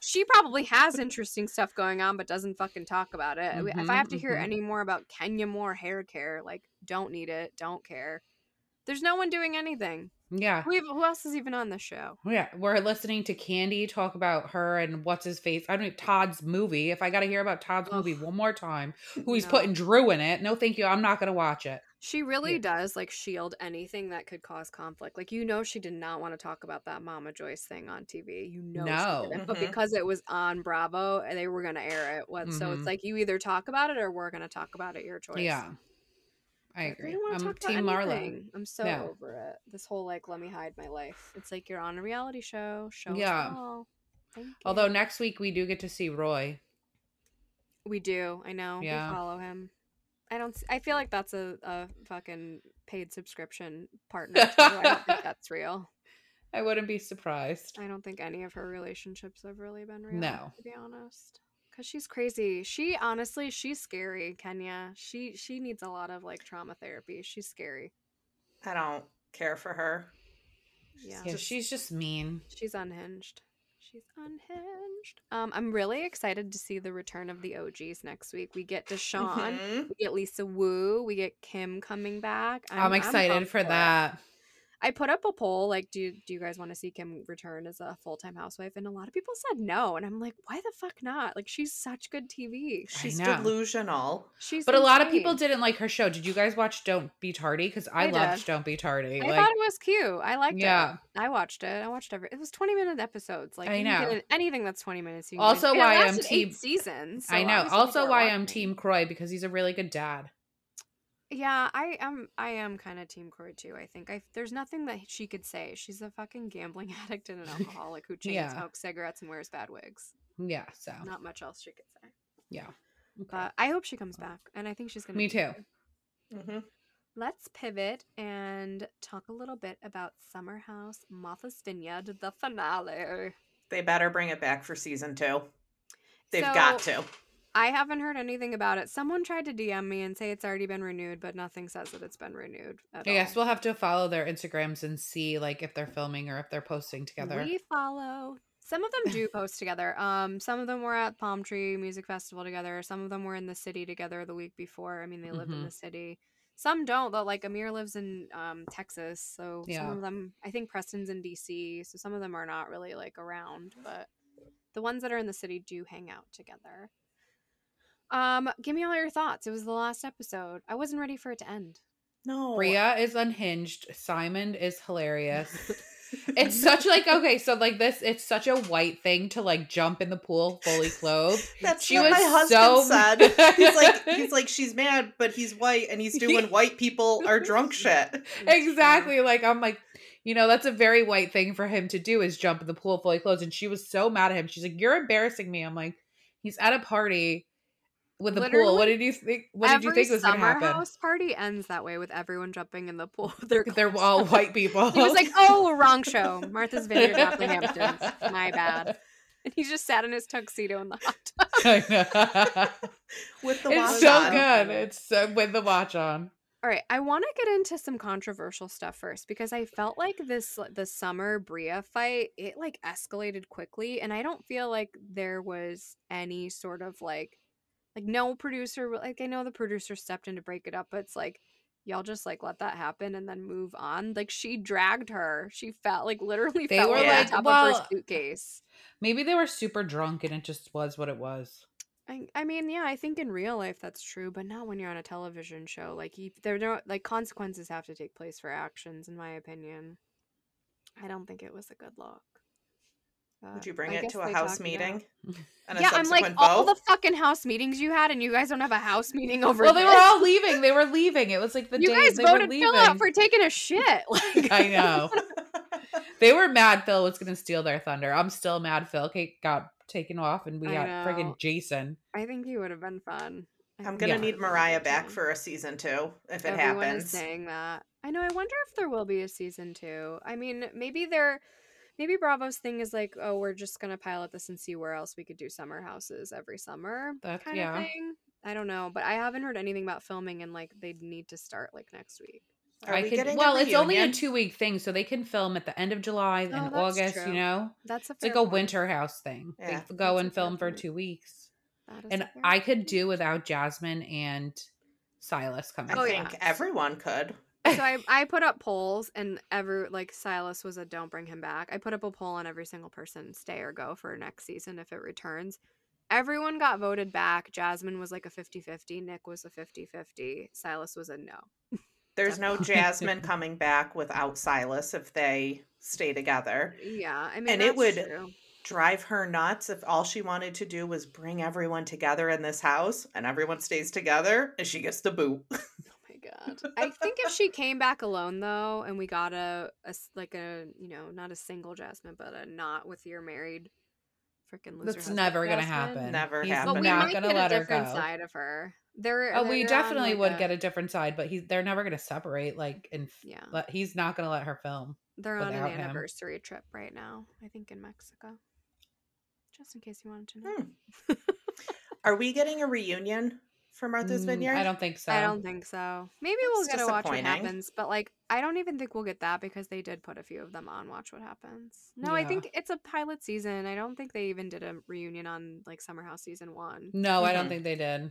A: she probably has interesting stuff going on, but doesn't fucking talk about it. I- if I
C: Mhm,
A: have to hear
C: mhm.
A: any more about Kenya Moore hair care, like, don't need it. Don't care. There's no one doing anything.
C: yeah.
A: Who, ev- who else is even on the show?
C: Yeah, we're listening to Candy talk about her and what's his face. I don't know, Todd's movie. If I got to hear about Todd's movie
A: Ugh.
C: one more time, who he's
A: No.
C: putting Drew in it, no, thank you. I'm not going to watch it.
A: She really does like shield anything that could cause conflict. Like you know, she did not want to talk about that Mama Joyce thing on TV. You know, she
C: No. mm-hmm.
A: didn't, but
B: Mhm.
A: because it was on Bravo, and they were going to air it. What? So
C: Mhm.
A: it's like you either talk about it or we're going to talk about it. Your choice.
C: Yeah, I
A: Like, we
C: agree.
A: don't wanna
C: I'm
A: talk about
C: Team Marlo.
A: anything. I'm so
C: Yeah.
A: over it. This whole like, let me hide my life. It's like you're on a reality show. Show yeah.
C: Yeah.
A: us all. Thank you.
C: Although next week we do get to see Roy.
A: we do, I know.
C: Yeah.
A: We follow him. I don't. s- I feel like that's a, a fucking paid subscription
C: (laughs)
A: partner. Too. I don't think that's real.
C: I wouldn't be surprised.
A: I don't think any of her relationships have really been real.
C: No.
A: to be honest, because she's crazy. She honestly, she's scary. Kenya. She she needs a lot of like trauma therapy. She's scary.
B: I don't care for her.
A: Yeah.
C: Yeah, she's just mean.
A: She's unhinged. She's unhinged. Um, I'm really excited to see the return of the OGs next week. We get Deshaun,
B: Mhm.
A: we get Lisa Wu, we get Kim coming back.
C: Mm-hmm. I'm, excited
A: pumped
C: for
A: it.
C: that.
A: I put up a poll like, do you- do you guys want to see Kim return as a full time housewife? And a lot of people said no, and I'm like, why the fuck not? Like, she's such good TV.
C: I
B: She's
C: know.
B: delusional.
A: She's
C: But a lot of
A: insane.
C: people didn't like her show. Did you guys watch Don't Be Tardy? Because I,
A: I
C: loved
A: did.
C: Don't Be Tardy.
A: I
C: like
A: thought it was cute. I liked
C: Yeah.
A: it. I watched it. I watched every. It was 20 minute episodes. Like
C: I
A: you can get
C: know.
A: in anything that's 20 minutes. You can get
C: Also
A: in.
C: why
A: and it
C: I'm
A: lasted
C: team-
A: eight seasons. so
C: I know.
A: obviously people
C: Also
A: are
C: why I'm
A: watching.
C: Team Croy because he's a really good dad.
A: Yeah, I am. I am kind of team Corey too. I think I, there's nothing that she could say. She's a fucking gambling (laughs) addict and an alcoholic who chain
C: Yeah. Oh.
A: smokes cigarettes and wears bad wigs.
C: Yeah, so
A: Not much else she could say.
C: yeah. Okay.
B: Uh,
A: But I hope she comes back, and I think she's gonna.
C: Me
A: be
C: too.
A: good.
B: hmm
A: Let's pivot and talk a little bit about Summer House, Martha's Vineyard, the finale.
B: They better bring it back for season two. They've
A: So-
B: got to.
A: I haven't heard anything about it. Someone tried to DM me and say it's already been renewed, but nothing says that it's been renewed. At
C: I guess
A: all.
C: we'll have to follow their Instagrams and see like if they're filming or if they're posting together.
A: We follow. Some of them do post together. Um, some of them were at Palm Tree Music Festival together. Some of them were in the city together the week before. I mean, they lived in
C: Mhm.
A: the city. Some don't, though. Like Amir lives in um, Texas, so
C: Yeah.
A: some of them. I think Preston's in DC, so some of them are not really like around. But the ones that are in the city do hang out together. Um, give me all your thoughts. It was the last episode. I wasn't ready for it to end.
B: No. (laughs)
C: Bria is unhinged. Simon is hilarious. It's such like okay, so like this, it's such a white thing to like jump in the pool fully clothed.
B: That's
C: She
B: what my
C: was
B: husband
C: so
B: said. He's
C: (laughs)
B: like, he's
A: (laughs)
B: like, she's mad, but he's white and he's doing white people are
A: (laughs)
B: drunk shit.
A: It's
C: exactly like I'm like, you know, that's a very white thing for him to do is jump in the pool fully clothed. And she was so mad at him. She's like, "You're embarrassing me." I'm like, he's at a party with a pool. What
A: Literally,
C: did you think? What did you
A: Every
C: think was gonna
A: summer
C: happen?
A: house party ends that way with everyone jumping in the pool. with their
C: (laughs) They're
A: clothes
C: all
A: on.
C: white people.
A: (laughs) He was like, "Oh, wrong show. Martha's Vineyard,
C: (laughs)
A: Appley Hamptons. My bad." And he just sat in his tuxedo in the hot tub.
C: I know.
B: With the
C: it's
B: watch
C: so
B: on.
C: good. It's so with the watch on.
A: All right, I want to get into some controversial stuff first because I felt like this the summer Bria fight it like escalated quickly, and I don't feel like there was any sort of like like no producer like I know the producer stepped in to break it up, but it's like y'all just like let that happen and then move on. Like she dragged her, she felt like literally
C: They
A: fell
C: were
A: on
B: like,
A: top of
C: well-
A: her suitcase.
C: Maybe they were super drunk and it just was what it was.
A: I, I mean, yeah, I think in real life that's true, but not when you're on a television show. Like, you, there no like consequences have to take place for actions, in my opinion. I don't think it was a good look.
B: Would
A: But
B: you bring
A: I
B: it
A: guess
B: to a
A: they
B: house
A: talked it out. (laughs)
B: meeting? And
A: Yeah, I'm like
B: subsequent
A: all
B: vote?
A: the fucking house meetings you had, and you guys don't have a house (laughs) meeting over.
C: well, they were
A: this?
C: all leaving. They were leaving. It was like the
A: you
C: day
A: guys
C: they
A: voted
C: were
A: Phil
C: leaving.
A: out for taking a
B: (laughs)
A: shit. (laughs) Like,
C: (laughs) I know. They were mad Phil was going to steal their thunder. I'm still mad Phil Kate got taken off and we
A: I
C: got
A: know.
C: friggin' Jason.
A: I think he would have been fun. I think
B: I'm gonna
A: he
C: Yeah.
B: need
A: would've been a
B: Mariah
A: good
B: back
A: time.
B: for a season two if it
A: Everyone Is
B: happens.
A: saying that. I know. I wonder if there will be a season two. I mean, maybe they're, maybe Bravo's thing is like, oh, we're just gonna pilot this and see where else we could do summer houses every summer,
C: That's-
A: kind
C: yeah.
A: of thing. I don't know, but I haven't heard anything about filming, and like they'd need to start like next week.
B: Are
C: I
B: we
C: could.
B: getting a
C: Well, it's only a
B: reunion?
C: two week thing, so they can film at the end of July and
A: Oh, that's
C: August. You
A: true.
C: know,
A: That's a
C: it's like
A: fair
C: a
A: point.
C: winter house thing.
B: Yeah,
C: They go
A: that's a
C: and
A: fair
C: film for
A: point.
C: two weeks,
A: That is a
C: and
A: fair
C: I could
A: point.
C: do without Jasmine and Silas coming.
B: I
A: Oh,
B: think
A: yeah.
B: everyone could.
A: so
C: (laughs)
A: I, I put up polls and every like silas was a don't bring him back i put up a poll on every single person stay or go for next season if it returns everyone got voted back jasmine was like a 50-50 nick was a 50-50 silas was a no
B: There's no
C: Definitely.
B: Jasmine coming back without Silas if they stay together.
A: yeah i mean
B: And it
A: that's
B: would-
A: true.
B: Drive her nuts if all she wanted to do was bring everyone together in this house and everyone stays together and she gets the boot. (laughs)
A: oh my god i think if she came back alone though and we got a, a s- like a you know not a single jasmine but a not with your married freaking loser.
C: That's
A: husband
C: never gonna
A: harassment.
C: happen.
B: Never
C: He's
A: But
B: happened.
A: we
B: Not
A: might
C: gonna
A: get
C: let
A: a
C: her
A: different
C: go.
A: side of her. They're,
C: Oh, we
A: they're on,
C: definitely
A: like,
C: would
A: a-
C: get a different side, but he's they're never gonna separate. Like, and f-
A: Yeah.
C: let, he's not gonna let her film.
A: They're on
C: without
A: an
C: him.
A: anniversary trip right now, I think in Mexico. Just in case you wanted to know.
B: Hmm. Are we getting a reunion for Martha's
C: Mm,
B: Vineyard?
C: I don't think so.
A: I don't think so. Maybe we'll
B: That's
A: get to watch what
B: disappointing.
A: happens, but like I don't even think we'll get that because they did put a few of them on Watch What Happens. No, I
C: Yeah.
A: think it's a pilot season. I don't think they even did a reunion on like Summer House season one.
C: No, I don't
A: Mm-hmm.
B: Mhm.
C: think they did.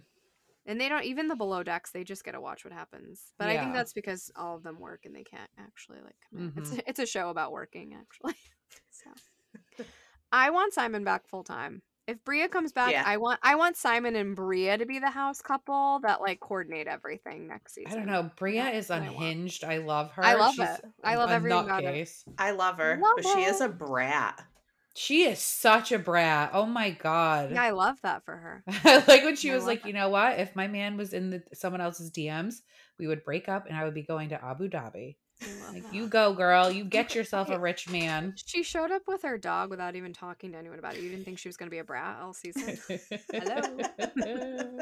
A: And they don't even the below decks, they just get to watch what happens. But I think
C: Yeah. Mm-hmm.
A: that's because all of them work and they can't actually like commit. It's it's a show about working actually. (laughs) so
C: (laughs)
A: I want Simon back full time. If Bria comes back,
B: Yeah.
A: I want I want Simon and Bria to be the house couple that like coordinate everything next season.
C: I don't know. Bria
A: That's
C: is
A: what I want.
C: unhinged. I love her.
A: I love
C: She's
A: it. I love
C: a
A: everything about it.
C: nutcase.
B: I love her,
A: Love
B: but she is
A: her.
B: a brat.
C: She is such a brat. Oh my god.
A: Yeah, I love that for
C: (laughs)
A: her.
C: I like when she
A: I
C: was
A: love
C: like,
A: that.
C: you know what? If my man was in the, someone else's DMs, we would break up, and I would be going to Abu Dhabi.
A: I love
C: Like,
A: that.
C: you go, girl. You
A: (laughs)
C: get yourself a
A: Right. (laughs)
C: rich man.
A: She showed up with her dog without even talking to anyone about it. You didn't think she was going to be a brat all
C: (laughs)
A: season. (laughs) Hello.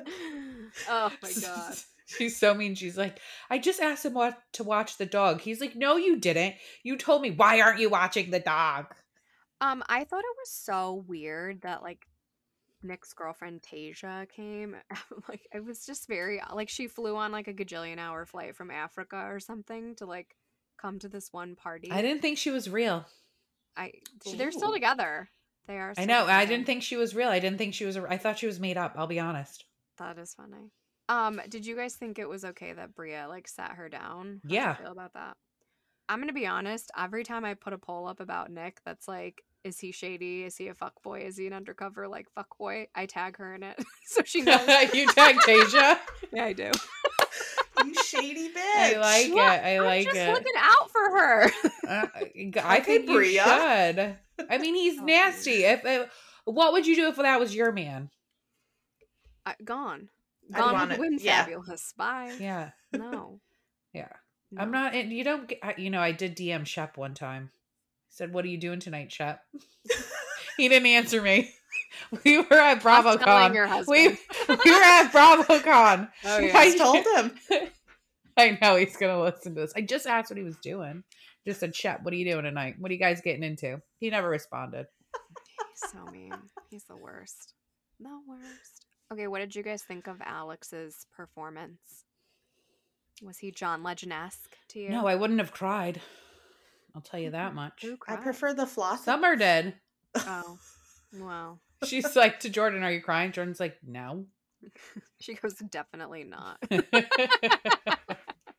A: oh my god.
C: She's so mean. She's like, I just asked him what to watch the dog. He's like, No, you didn't. You told me. Why aren't you watching the dog?
A: Um, I thought it was so weird that like Nick's girlfriend Tasia came. (laughs) like it was just very uh, like she flew on like a gajillion hour flight from Africa or something to like come to this one party.
C: I didn't think she was real.
A: I sh- they're still
B: Ooh.
A: together. They are.
C: I
A: still
C: know. I
A: together.
C: didn't think she was real. I didn't think she was. a- I thought she was made up. I'll be honest.
A: that is funny. Um, did you guys think it was okay that Bria like sat her down? How'd you
C: Yeah.
A: feel about that? I'm gonna be honest. Every time I put a poll up about Nick, that's like, is he shady? Is he a fuck boy? Is he an undercover like fuck boy? I tag her in it, (laughs) so she
C: (laughs) you
A: knows.
C: tagged
A: (laughs)
C: Tasia.
A: Yeah, I do.
B: You shady bitch.
C: I
B: (laughs)
C: like
A: What?
C: it. I like
A: am just
C: it.
A: looking out for her.
C: Uh,
A: (laughs)
C: I
B: Okay,
C: think you
B: Bria.
C: should. I mean, he's
A: Oh,
C: nasty. If uh, what would you do if that was your man?
A: I, gone.
B: I
A: Gone with
B: wanna-
A: the wind
B: yeah.
A: fabulous. Bye.
C: Yeah,
A: No,
C: (laughs) yeah. I'm
A: no.
C: not. And you don't. get- I- You know, I did DM Shep one time. I said, "What are you doing
A: (laughs)
C: tonight, Shep?" he didn't answer me. (laughs) We were at
A: I'm telling
C: BravoCon.
A: your
C: (laughs) We
A: (laughs) husband.
C: we were at BravoCon. (laughs)
A: Oh,
B: You
A: yeah.
B: guys told him.
C: I know he's gonna listen to this. I just asked what he was doing. Just said, Shep, what are you doing tonight? What are you guys getting into? He never responded.
A: He's so mean. He's the worst. The worst. Okay, what did you guys think of Alex's performance? Was he John Legend esque to you?
C: No, I wouldn't have cried. I'll tell you that
A: Mhm.
C: much.
A: Who
B: I
A: cried?
C: (laughs)
B: prefer the floss.
C: Summer did.
A: Oh, wow.
C: She's like to Jordan, "Are you crying?" Jordan's like, "No." (laughs)
A: She goes, definitely not.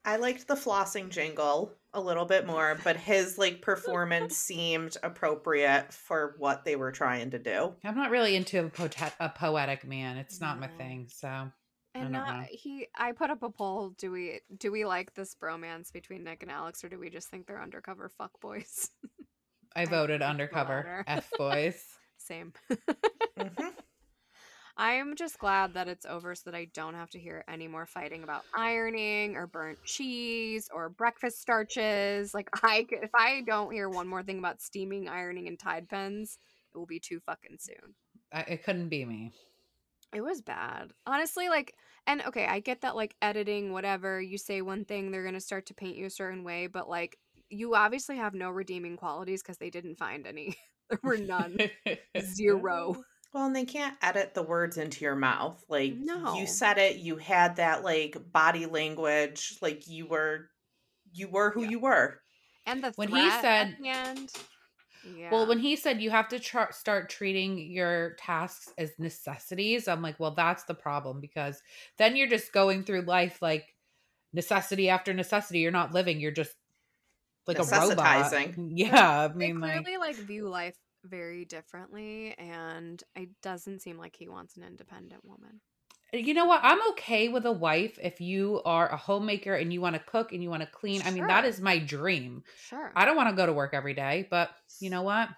B: I liked the flossing jingle a little bit more, but his like
A: (laughs)
B: performance seemed appropriate for what they were trying
A: (laughs)
B: to do.
C: I'm not really into a, potet- a poetic man. It's not my
A: No.
C: thing. So
A: And
C: don't
A: uh,
C: know.
A: he, I put up a poll. Do we do we like this bromance between Nick and Alex, or do we just think they're undercover fuckboys? (laughs)
C: I voted
A: think the
C: undercover
A: latter.
C: F boys.
A: Same.
B: Mhm.
A: I'm just glad that it's over so that I don't have to hear any more fighting about ironing or burnt cheese or breakfast starches. Like (laughs) I c- if I don't hear one more thing about steaming, ironing and Tide Pens, it will be too fucking soon.
C: I, it couldn't be me.
A: It was bad. Honestly, like and okay, I get that like editing whatever, you say one thing, they're going to start to paint you a certain way, but like you obviously have no redeeming qualities cuz they didn't find any. (laughs) there were
C: (laughs)
A: none. Zero.
B: Well, and they can't edit the words into your mouth. Like
A: No.
B: you said it, you had that like body language, like you were you were who
A: Yeah.
B: you were.
A: And the
C: When he
A: threat
C: said-
A: at the end, yeah.
C: Well, when he said you have to tra- start treating your tasks as necessities, I'm like, well, that's the problem because then you're just going through life like necessity after necessity. You're not living. You're just like a robot.
B: Necessitizing.
C: Yeah, I
A: they
C: mean, like,
A: clearly like, view life very differently and it doesn't seem like he wants an independent woman
C: you know what? I'm okay with a wife if you are a homemaker and you want to cook and you want to clean. I mean, that
A: Sure.
C: is my dream.
A: sure
C: I don't want to go to work every day, but you know what?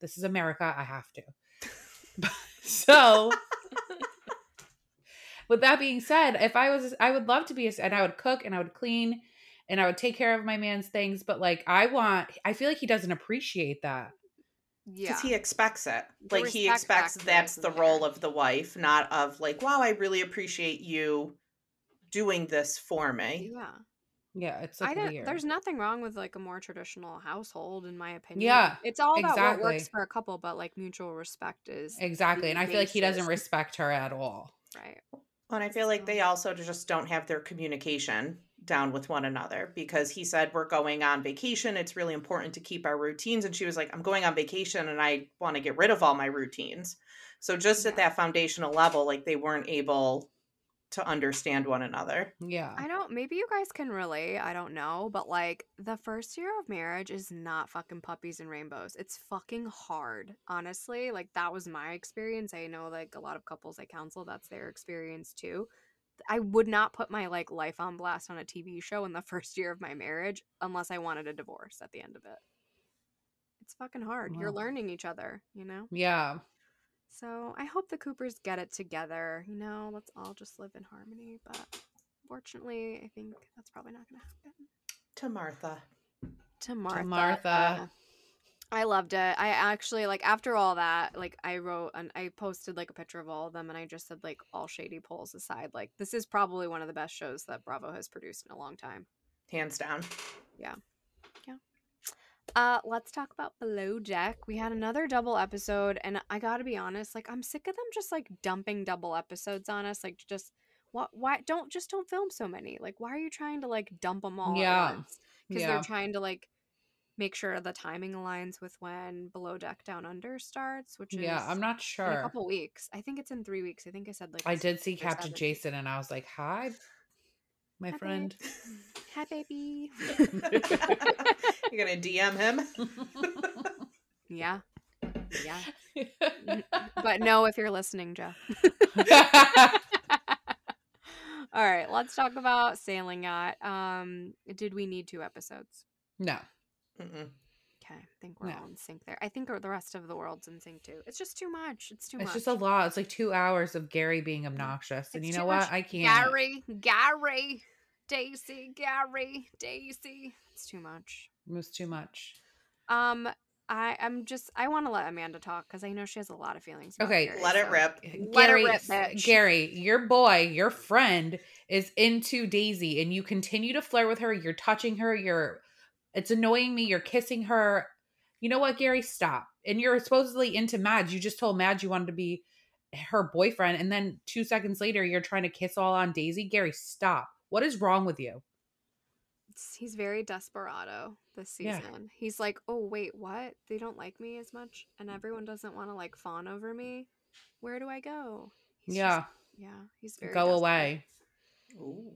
C: This is America. I have to. (laughs)
A: (laughs)
C: so, with that being said, if I was, I would love to be, a, and I would cook and I would clean and I would take care of my man's things, but like, I want, I feel like he doesn't appreciate that.
A: Yeah.
B: because he expects it.
A: The
B: Like he
A: respect
B: expects
A: factor
B: that's
A: isn't
B: the
A: there.
B: role of the wife, not of like, wow, I really appreciate you doing this for me.
A: yeah.
C: Yeah, it's
A: I
C: like
A: don't
C: weird.
A: there's nothing wrong with like a more traditional household in my opinion.
C: Yeah,
A: It's all about what
C: exactly.
A: works for a couple, but like mutual respect is
C: exactly, and I feel like he doesn't
A: basis.
C: respect her at all.
A: right.
B: And I feel like
A: So-
B: they also just don't have their communication down with one another because he said, We're going on vacation. It's really important to keep our routines. And she was like, I'm going on vacation and I want to get rid of all my routines. So just at
A: Yeah.
B: that foundational level, like they weren't able to understand one another.
C: Yeah,
A: I don't maybe you guys can relate, I don't know, but like the first year of marriage is not fucking puppies and rainbows. It's fucking hard. Honestly, like that was my experience. I know like a lot of couples I counsel that's their experience too. I would not put my like life on blast on a TV show in the (laughs) first year of my marriage unless I wanted a divorce at the end of it. It's fucking hard. You're
C: Wow.
A: learning each other, you know?
C: yeah.
A: So I hope the Coopers get it together. You know, let's all just live in harmony. But fortunately, I think that's probably not going to happen.
B: To Martha.
A: To Martha. uh,
C: Martha. uh,
A: I loved it. I actually like after all that, like I wrote and I posted like a picture of all of them and I just said like all shady polls aside, like this is probably one of the best shows that Bravo has produced in a long time.
B: Hands (laughs) down.
A: Uh, let's talk about Below Deck. We had another double episode, and I gotta be honest, like I'm sick of them just like dumping double episodes on us. Like just what? Why don't just don't film so many? Like why are you trying to like dump them all?
C: Yeah.
A: Yeah, because
C: yeah.
A: they're trying to like make sure the timing aligns with when Below Deck Down Under starts, which is
C: Yeah, I'm not
A: in a
C: sure.
A: couple weeks. I think it's in three weeks. I think I said like
C: I
A: the
C: did see
A: sixth or
C: Captain
A: seventh.
C: Jason and I was like, hi, my
A: Hi, babe.
C: friend.
A: Hi, baby.
C: (laughs)
B: You're going to DM him?
A: yeah, yeah. But no, if you're listening, Joe. All right, let's talk about sailing yacht. Um, did we need two episodes? (laughs)
C: no.
B: Mm-mm.
A: Okay, I think we're
C: No.
A: all in sync there. I think the rest of the world's in sync too. It's just too much. It's too
C: It's
A: much.
C: just a lot. It's like two hours of Gary being obnoxious. And
A: It's
C: you
A: too
C: know
A: much
C: what? I can't.
A: Gary, Gary, Daisy, Gary, Daisy. It's too much.
C: It was too much.
A: Um, I I'm just I want to let Amanda talk because I know she has a lot of feelings. about
C: Okay,
A: Gary,
B: Let it
A: so-
B: rip.
A: Let her
C: Gary,
A: rip,
C: s-
A: bitch.
C: Gary, your boy, your friend is into Daisy and you continue to flirt with her. You're touching her. You're, it's annoying me. You're kissing her. You know what, Gary? Stop. And you're supposedly into Madge. You just told Madge you wanted to be her boyfriend. And then two seconds later, you're trying to kiss all on Daisy. Gary, stop. What is wrong with you?
A: It's- He's very desperado this
C: Yeah.
A: season. He's like, oh wait, what? They don't like me as much, and
C: Mm.
A: everyone doesn't want to like fawn over me. Where do I go? He's just-
C: yeah,
A: yeah. He's very
C: go
A: desperate.
C: away.
B: Ooh.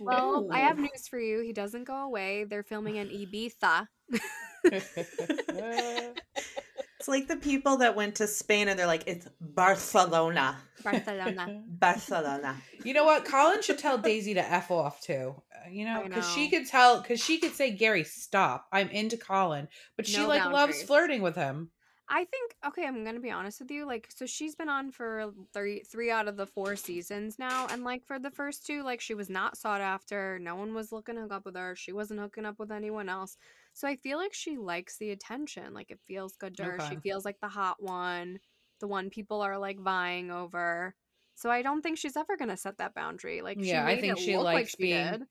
A: Well, I
B: Ooh.
A: have news for you. He doesn't go away. They're filming in Ibiza. (laughs)
B: It's like the people that went to Spain and they're like, it's Barcelona.
A: Barcelona.
B: Barcelona.
C: You know what? Colin should tell Daisy to f off too. Uh, You know,
A: I
C: because she
A: know.
C: could tell, because she could say, "Gary, stop. I'm into Colin," but she
A: No
C: like loves
A: boundaries.
C: flirting with him.
A: I think okay, I'm gonna be honest with you. Like, so she's been on for three three out of the four seasons now, and like for the first two, like she was not sought after. No one was looking to hook up with her. She wasn't hooking up with anyone else. So I feel like she likes the attention. Like it feels good to her. She
C: Okay.
A: feels like the hot one, the one people are like vying over. So I don't think she's ever gonna set that boundary. Like she
C: yeah, I
A: made
C: think
A: it
C: she
A: look like
C: likes being.
A: did.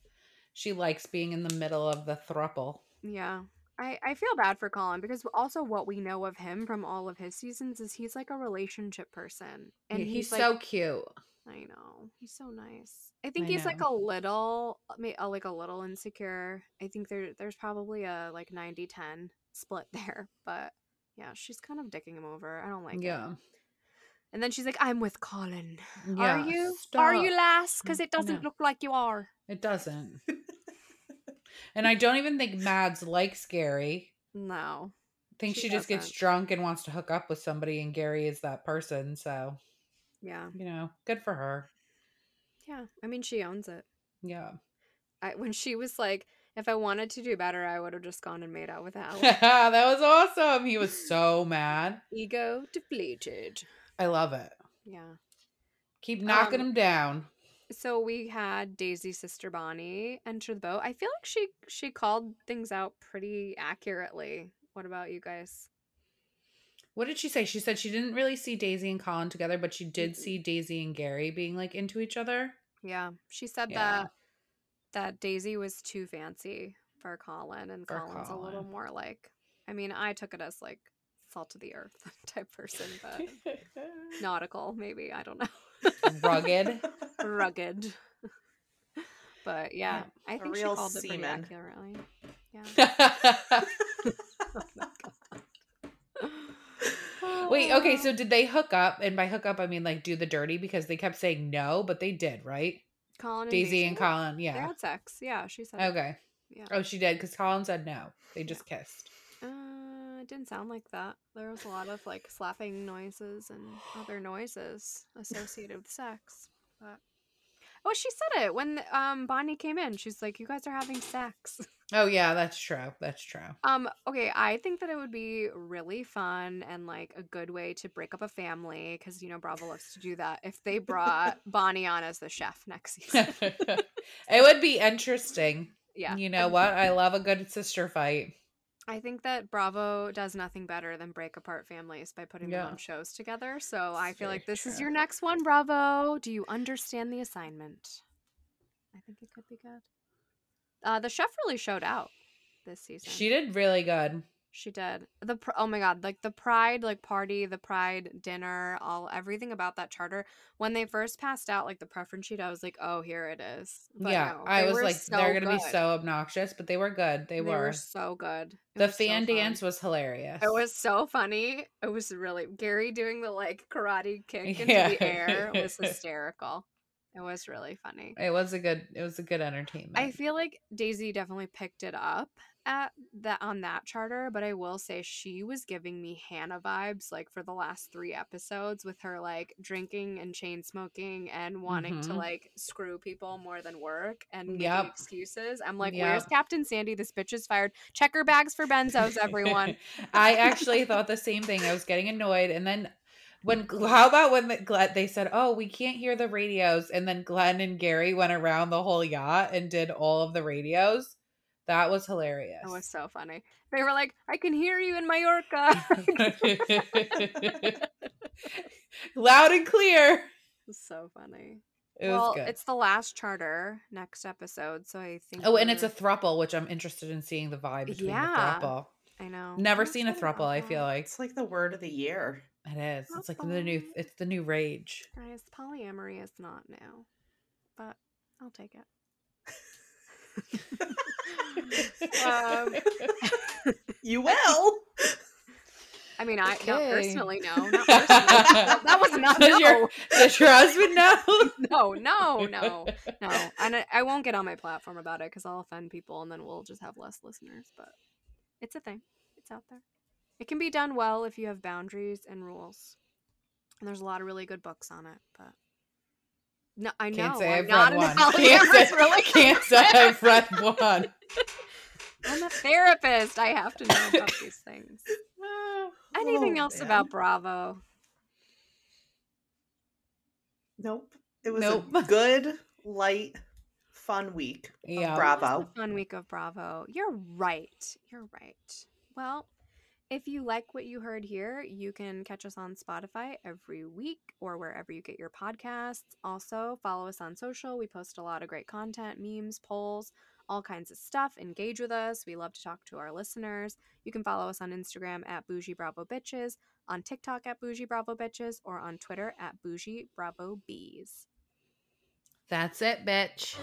C: She likes being in the middle of the thruple.
A: Yeah. I, I feel bad for Colin because also what we know of him from all of his seasons is he's like a relationship person. And
C: Yeah,
A: he's,
C: he's,
A: like, "Oh
C: so cute.
A: I know. He's so nice. I think
C: I
A: he's like
C: know.
A: a little may- uh, like a little insecure. I think there there's probably a like 90-10 split (laughs) there, but yeah, she's kind of dicking him over. I don't like it.
C: yeah,
A: And then she's like, "I'm with Colin.
C: yeah.
A: Are you? Are you
C: stop.
A: lass? Cuz
C: Mm,
A: it doesn't
C: no.
A: look like you are."
C: It
A: (laughs)
C: doesn't. and I don't even think Mads likes Gary.
A: No.
C: I think
A: She
C: she, just gets
A: doesn't.
C: drunk and wants to hook up with somebody, and Gary is that person. So
A: Yeah.
C: you know, good for her.
A: Yeah. I mean, she owns it.
C: Yeah.
A: I, when she was like, if I wanted to do better, I would have just gone and made out with Al.
C: (laughs) that was awesome. He was so mad.
A: Ego depleted.
C: I love it.
A: Yeah.
C: Keep knocking
A: Um,
C: him down.
A: So we had Daisy's sister Bonnie enter the boat. I feel like she she called things out pretty accurately. What about you guys?
C: What did she say? She said she didn't really see Daisy and Colin together, but she did see Daisy and Gary being like into each other.
A: Yeah, she said
C: Yeah.
A: that that Daisy was too fancy for Colin, and
C: For
A: Colin's a little
C: Colin.
A: more like. I mean, I took it as like salt of the earth (laughs) type person,
C: (laughs)
A: (laughs) but nautical maybe. I don't know.
C: Rugged.
A: Rugged. (laughs) But yeah, I think she
B: real
A: called it pretty
B: seaman.
C: (laughs)
A: accurately. Yeah.
C: Wait, okay, (sighs) so did they hook up? And by hook up, I mean like do the dirty because they kept saying no, but they did, right?
A: Colin and
C: Daisy and Colin,
A: They
C: yeah.
A: had sex. Yeah, she said. it.
C: Okay.
A: Yeah.
C: Oh, she did because Colin said no. They just kissed.
A: Uh, it didn't sound like that. There was a lot of like slapping noises and other noises associated with sex. But oh, she said it when um Bonnie came in. She's like, "You guys are having sex."
C: Oh yeah, that's true. That's true. (laughs)
A: Um, okay, I think that it would be really fun and like a good way to break up a family because you know Bravo loves to do that. If they
C: (laughs)
A: brought Bonnie on as the chef next season,
C: it would be interesting.
A: yeah,
C: You know what? I love a good sister fight.
A: I think that Bravo does nothing better than break apart families by putting
C: Yeah.
A: them on shows together. So I
C: It's
A: feel
C: very
A: like this is your
C: true.
A: next one, Bravo. Do you understand the assignment? I think it could be good. Uh, the chef really showed out this season.
C: She did really good.
A: She did. The pr- oh my god, like the pride like party, the pride dinner, all everything about that charter. When they first passed out like the preference sheet, I was like, "Oh, here it is." But
C: yeah.
A: no,
C: I
A: they
C: was
A: were
C: like, they're gonna be
A: good.
C: so obnoxious, but they were good. They,
A: They
C: were.
A: so good. It
C: the
A: was so
C: fan
A: fun.
C: dance was hilarious.
A: It was so funny. It was really Gary doing the like karate
C: (laughs)
A: kick into
C: Yeah.
A: the air
C: (laughs)
A: was hysterical. It was really funny.
C: It was a good it was a good entertainment.
A: I feel like Daisy definitely picked it up at that on that charter, but I will say she was giving me Hannah vibes like for the last three episodes with her like drinking and chain smoking and wanting to
C: Mhm.
A: like screw people more than work and making
C: Yep.
A: excuses. I'm like, where's
C: Yep.
A: Captain Sandy? This bitch is fired. Check her bags for benzos,
C: (laughs)
A: everyone.
C: I actually thought the same thing. I was getting annoyed, and then when how about when the, Glenn, they said, "Oh, we can't hear the radios," and then Glenn and Gary went around the whole yacht and did all of the radios. That was hilarious.
A: It was (laughs) so funny. They were like, I can hear you in
C: (laughs)
A: Mallorca. (laughs)
C: Loud and clear.
A: It's so funny.
C: It
A: well,
C: was good.
A: it's the last charter next episode, so I think.
C: oh, and it's a
A: we're-
C: thruple, which I'm interested in seeing the vibe between
A: Yeah. Oh,
C: the thruple.
A: I know.
C: Never
A: I'm
C: seen a
A: excited about
C: thruple. I feel
A: that.
C: like
B: (laughs) It's like the word of the year.
C: it is. It's like the new.
A: Thruple.
C: It's the new rage.
A: Guys, polyamory is not now, but I'll take it. um,
B: (laughs) You will.
A: I mean, I not
C: Okay.
A: personally no,
C: (laughs)
A: not personally. that, that was not
C: Does
A: no,
C: your- (laughs) Does your
A: (laughs)
C: husband know?
A: no, no, no,
C: (laughs)
A: no. And I, I won't get on my platform about it because I'll offend people, and then we'll just have less listeners. But it's a thing. It's out there. It can be done well if you have boundaries and rules. And there's a lot of really good books on it, but no, I know
C: Can't say
A: I'm
C: I've
A: not (laughs) in
C: read one.
A: a
C: Can't
A: polyamorous
C: say,
A: relationship.
C: can't say I've read
A: (laughs)
C: one.
A: I'm a therapist. I have to know about these things. Anything
B: Oh,
A: else
B: man.
A: about Bravo?
B: Nope. It was a
C: Nope.
B: good, light, fun week. of
C: Yeah.
B: Bravo.
A: Fun week of Bravo. You're right. You're right. Well, if you like what you heard here, you can catch us on Spotify every week or wherever you get your podcasts. Also, follow us on social. We post a lot of great content, memes, polls, all kinds of stuff. Engage with us. We love to talk to our listeners. You can follow us on Instagram at Bougie Bravo Bitches, on TikTok at Bougie Bravo Bitches, or on Twitter at Bougie Bravo Bees.
C: That's it, bitch.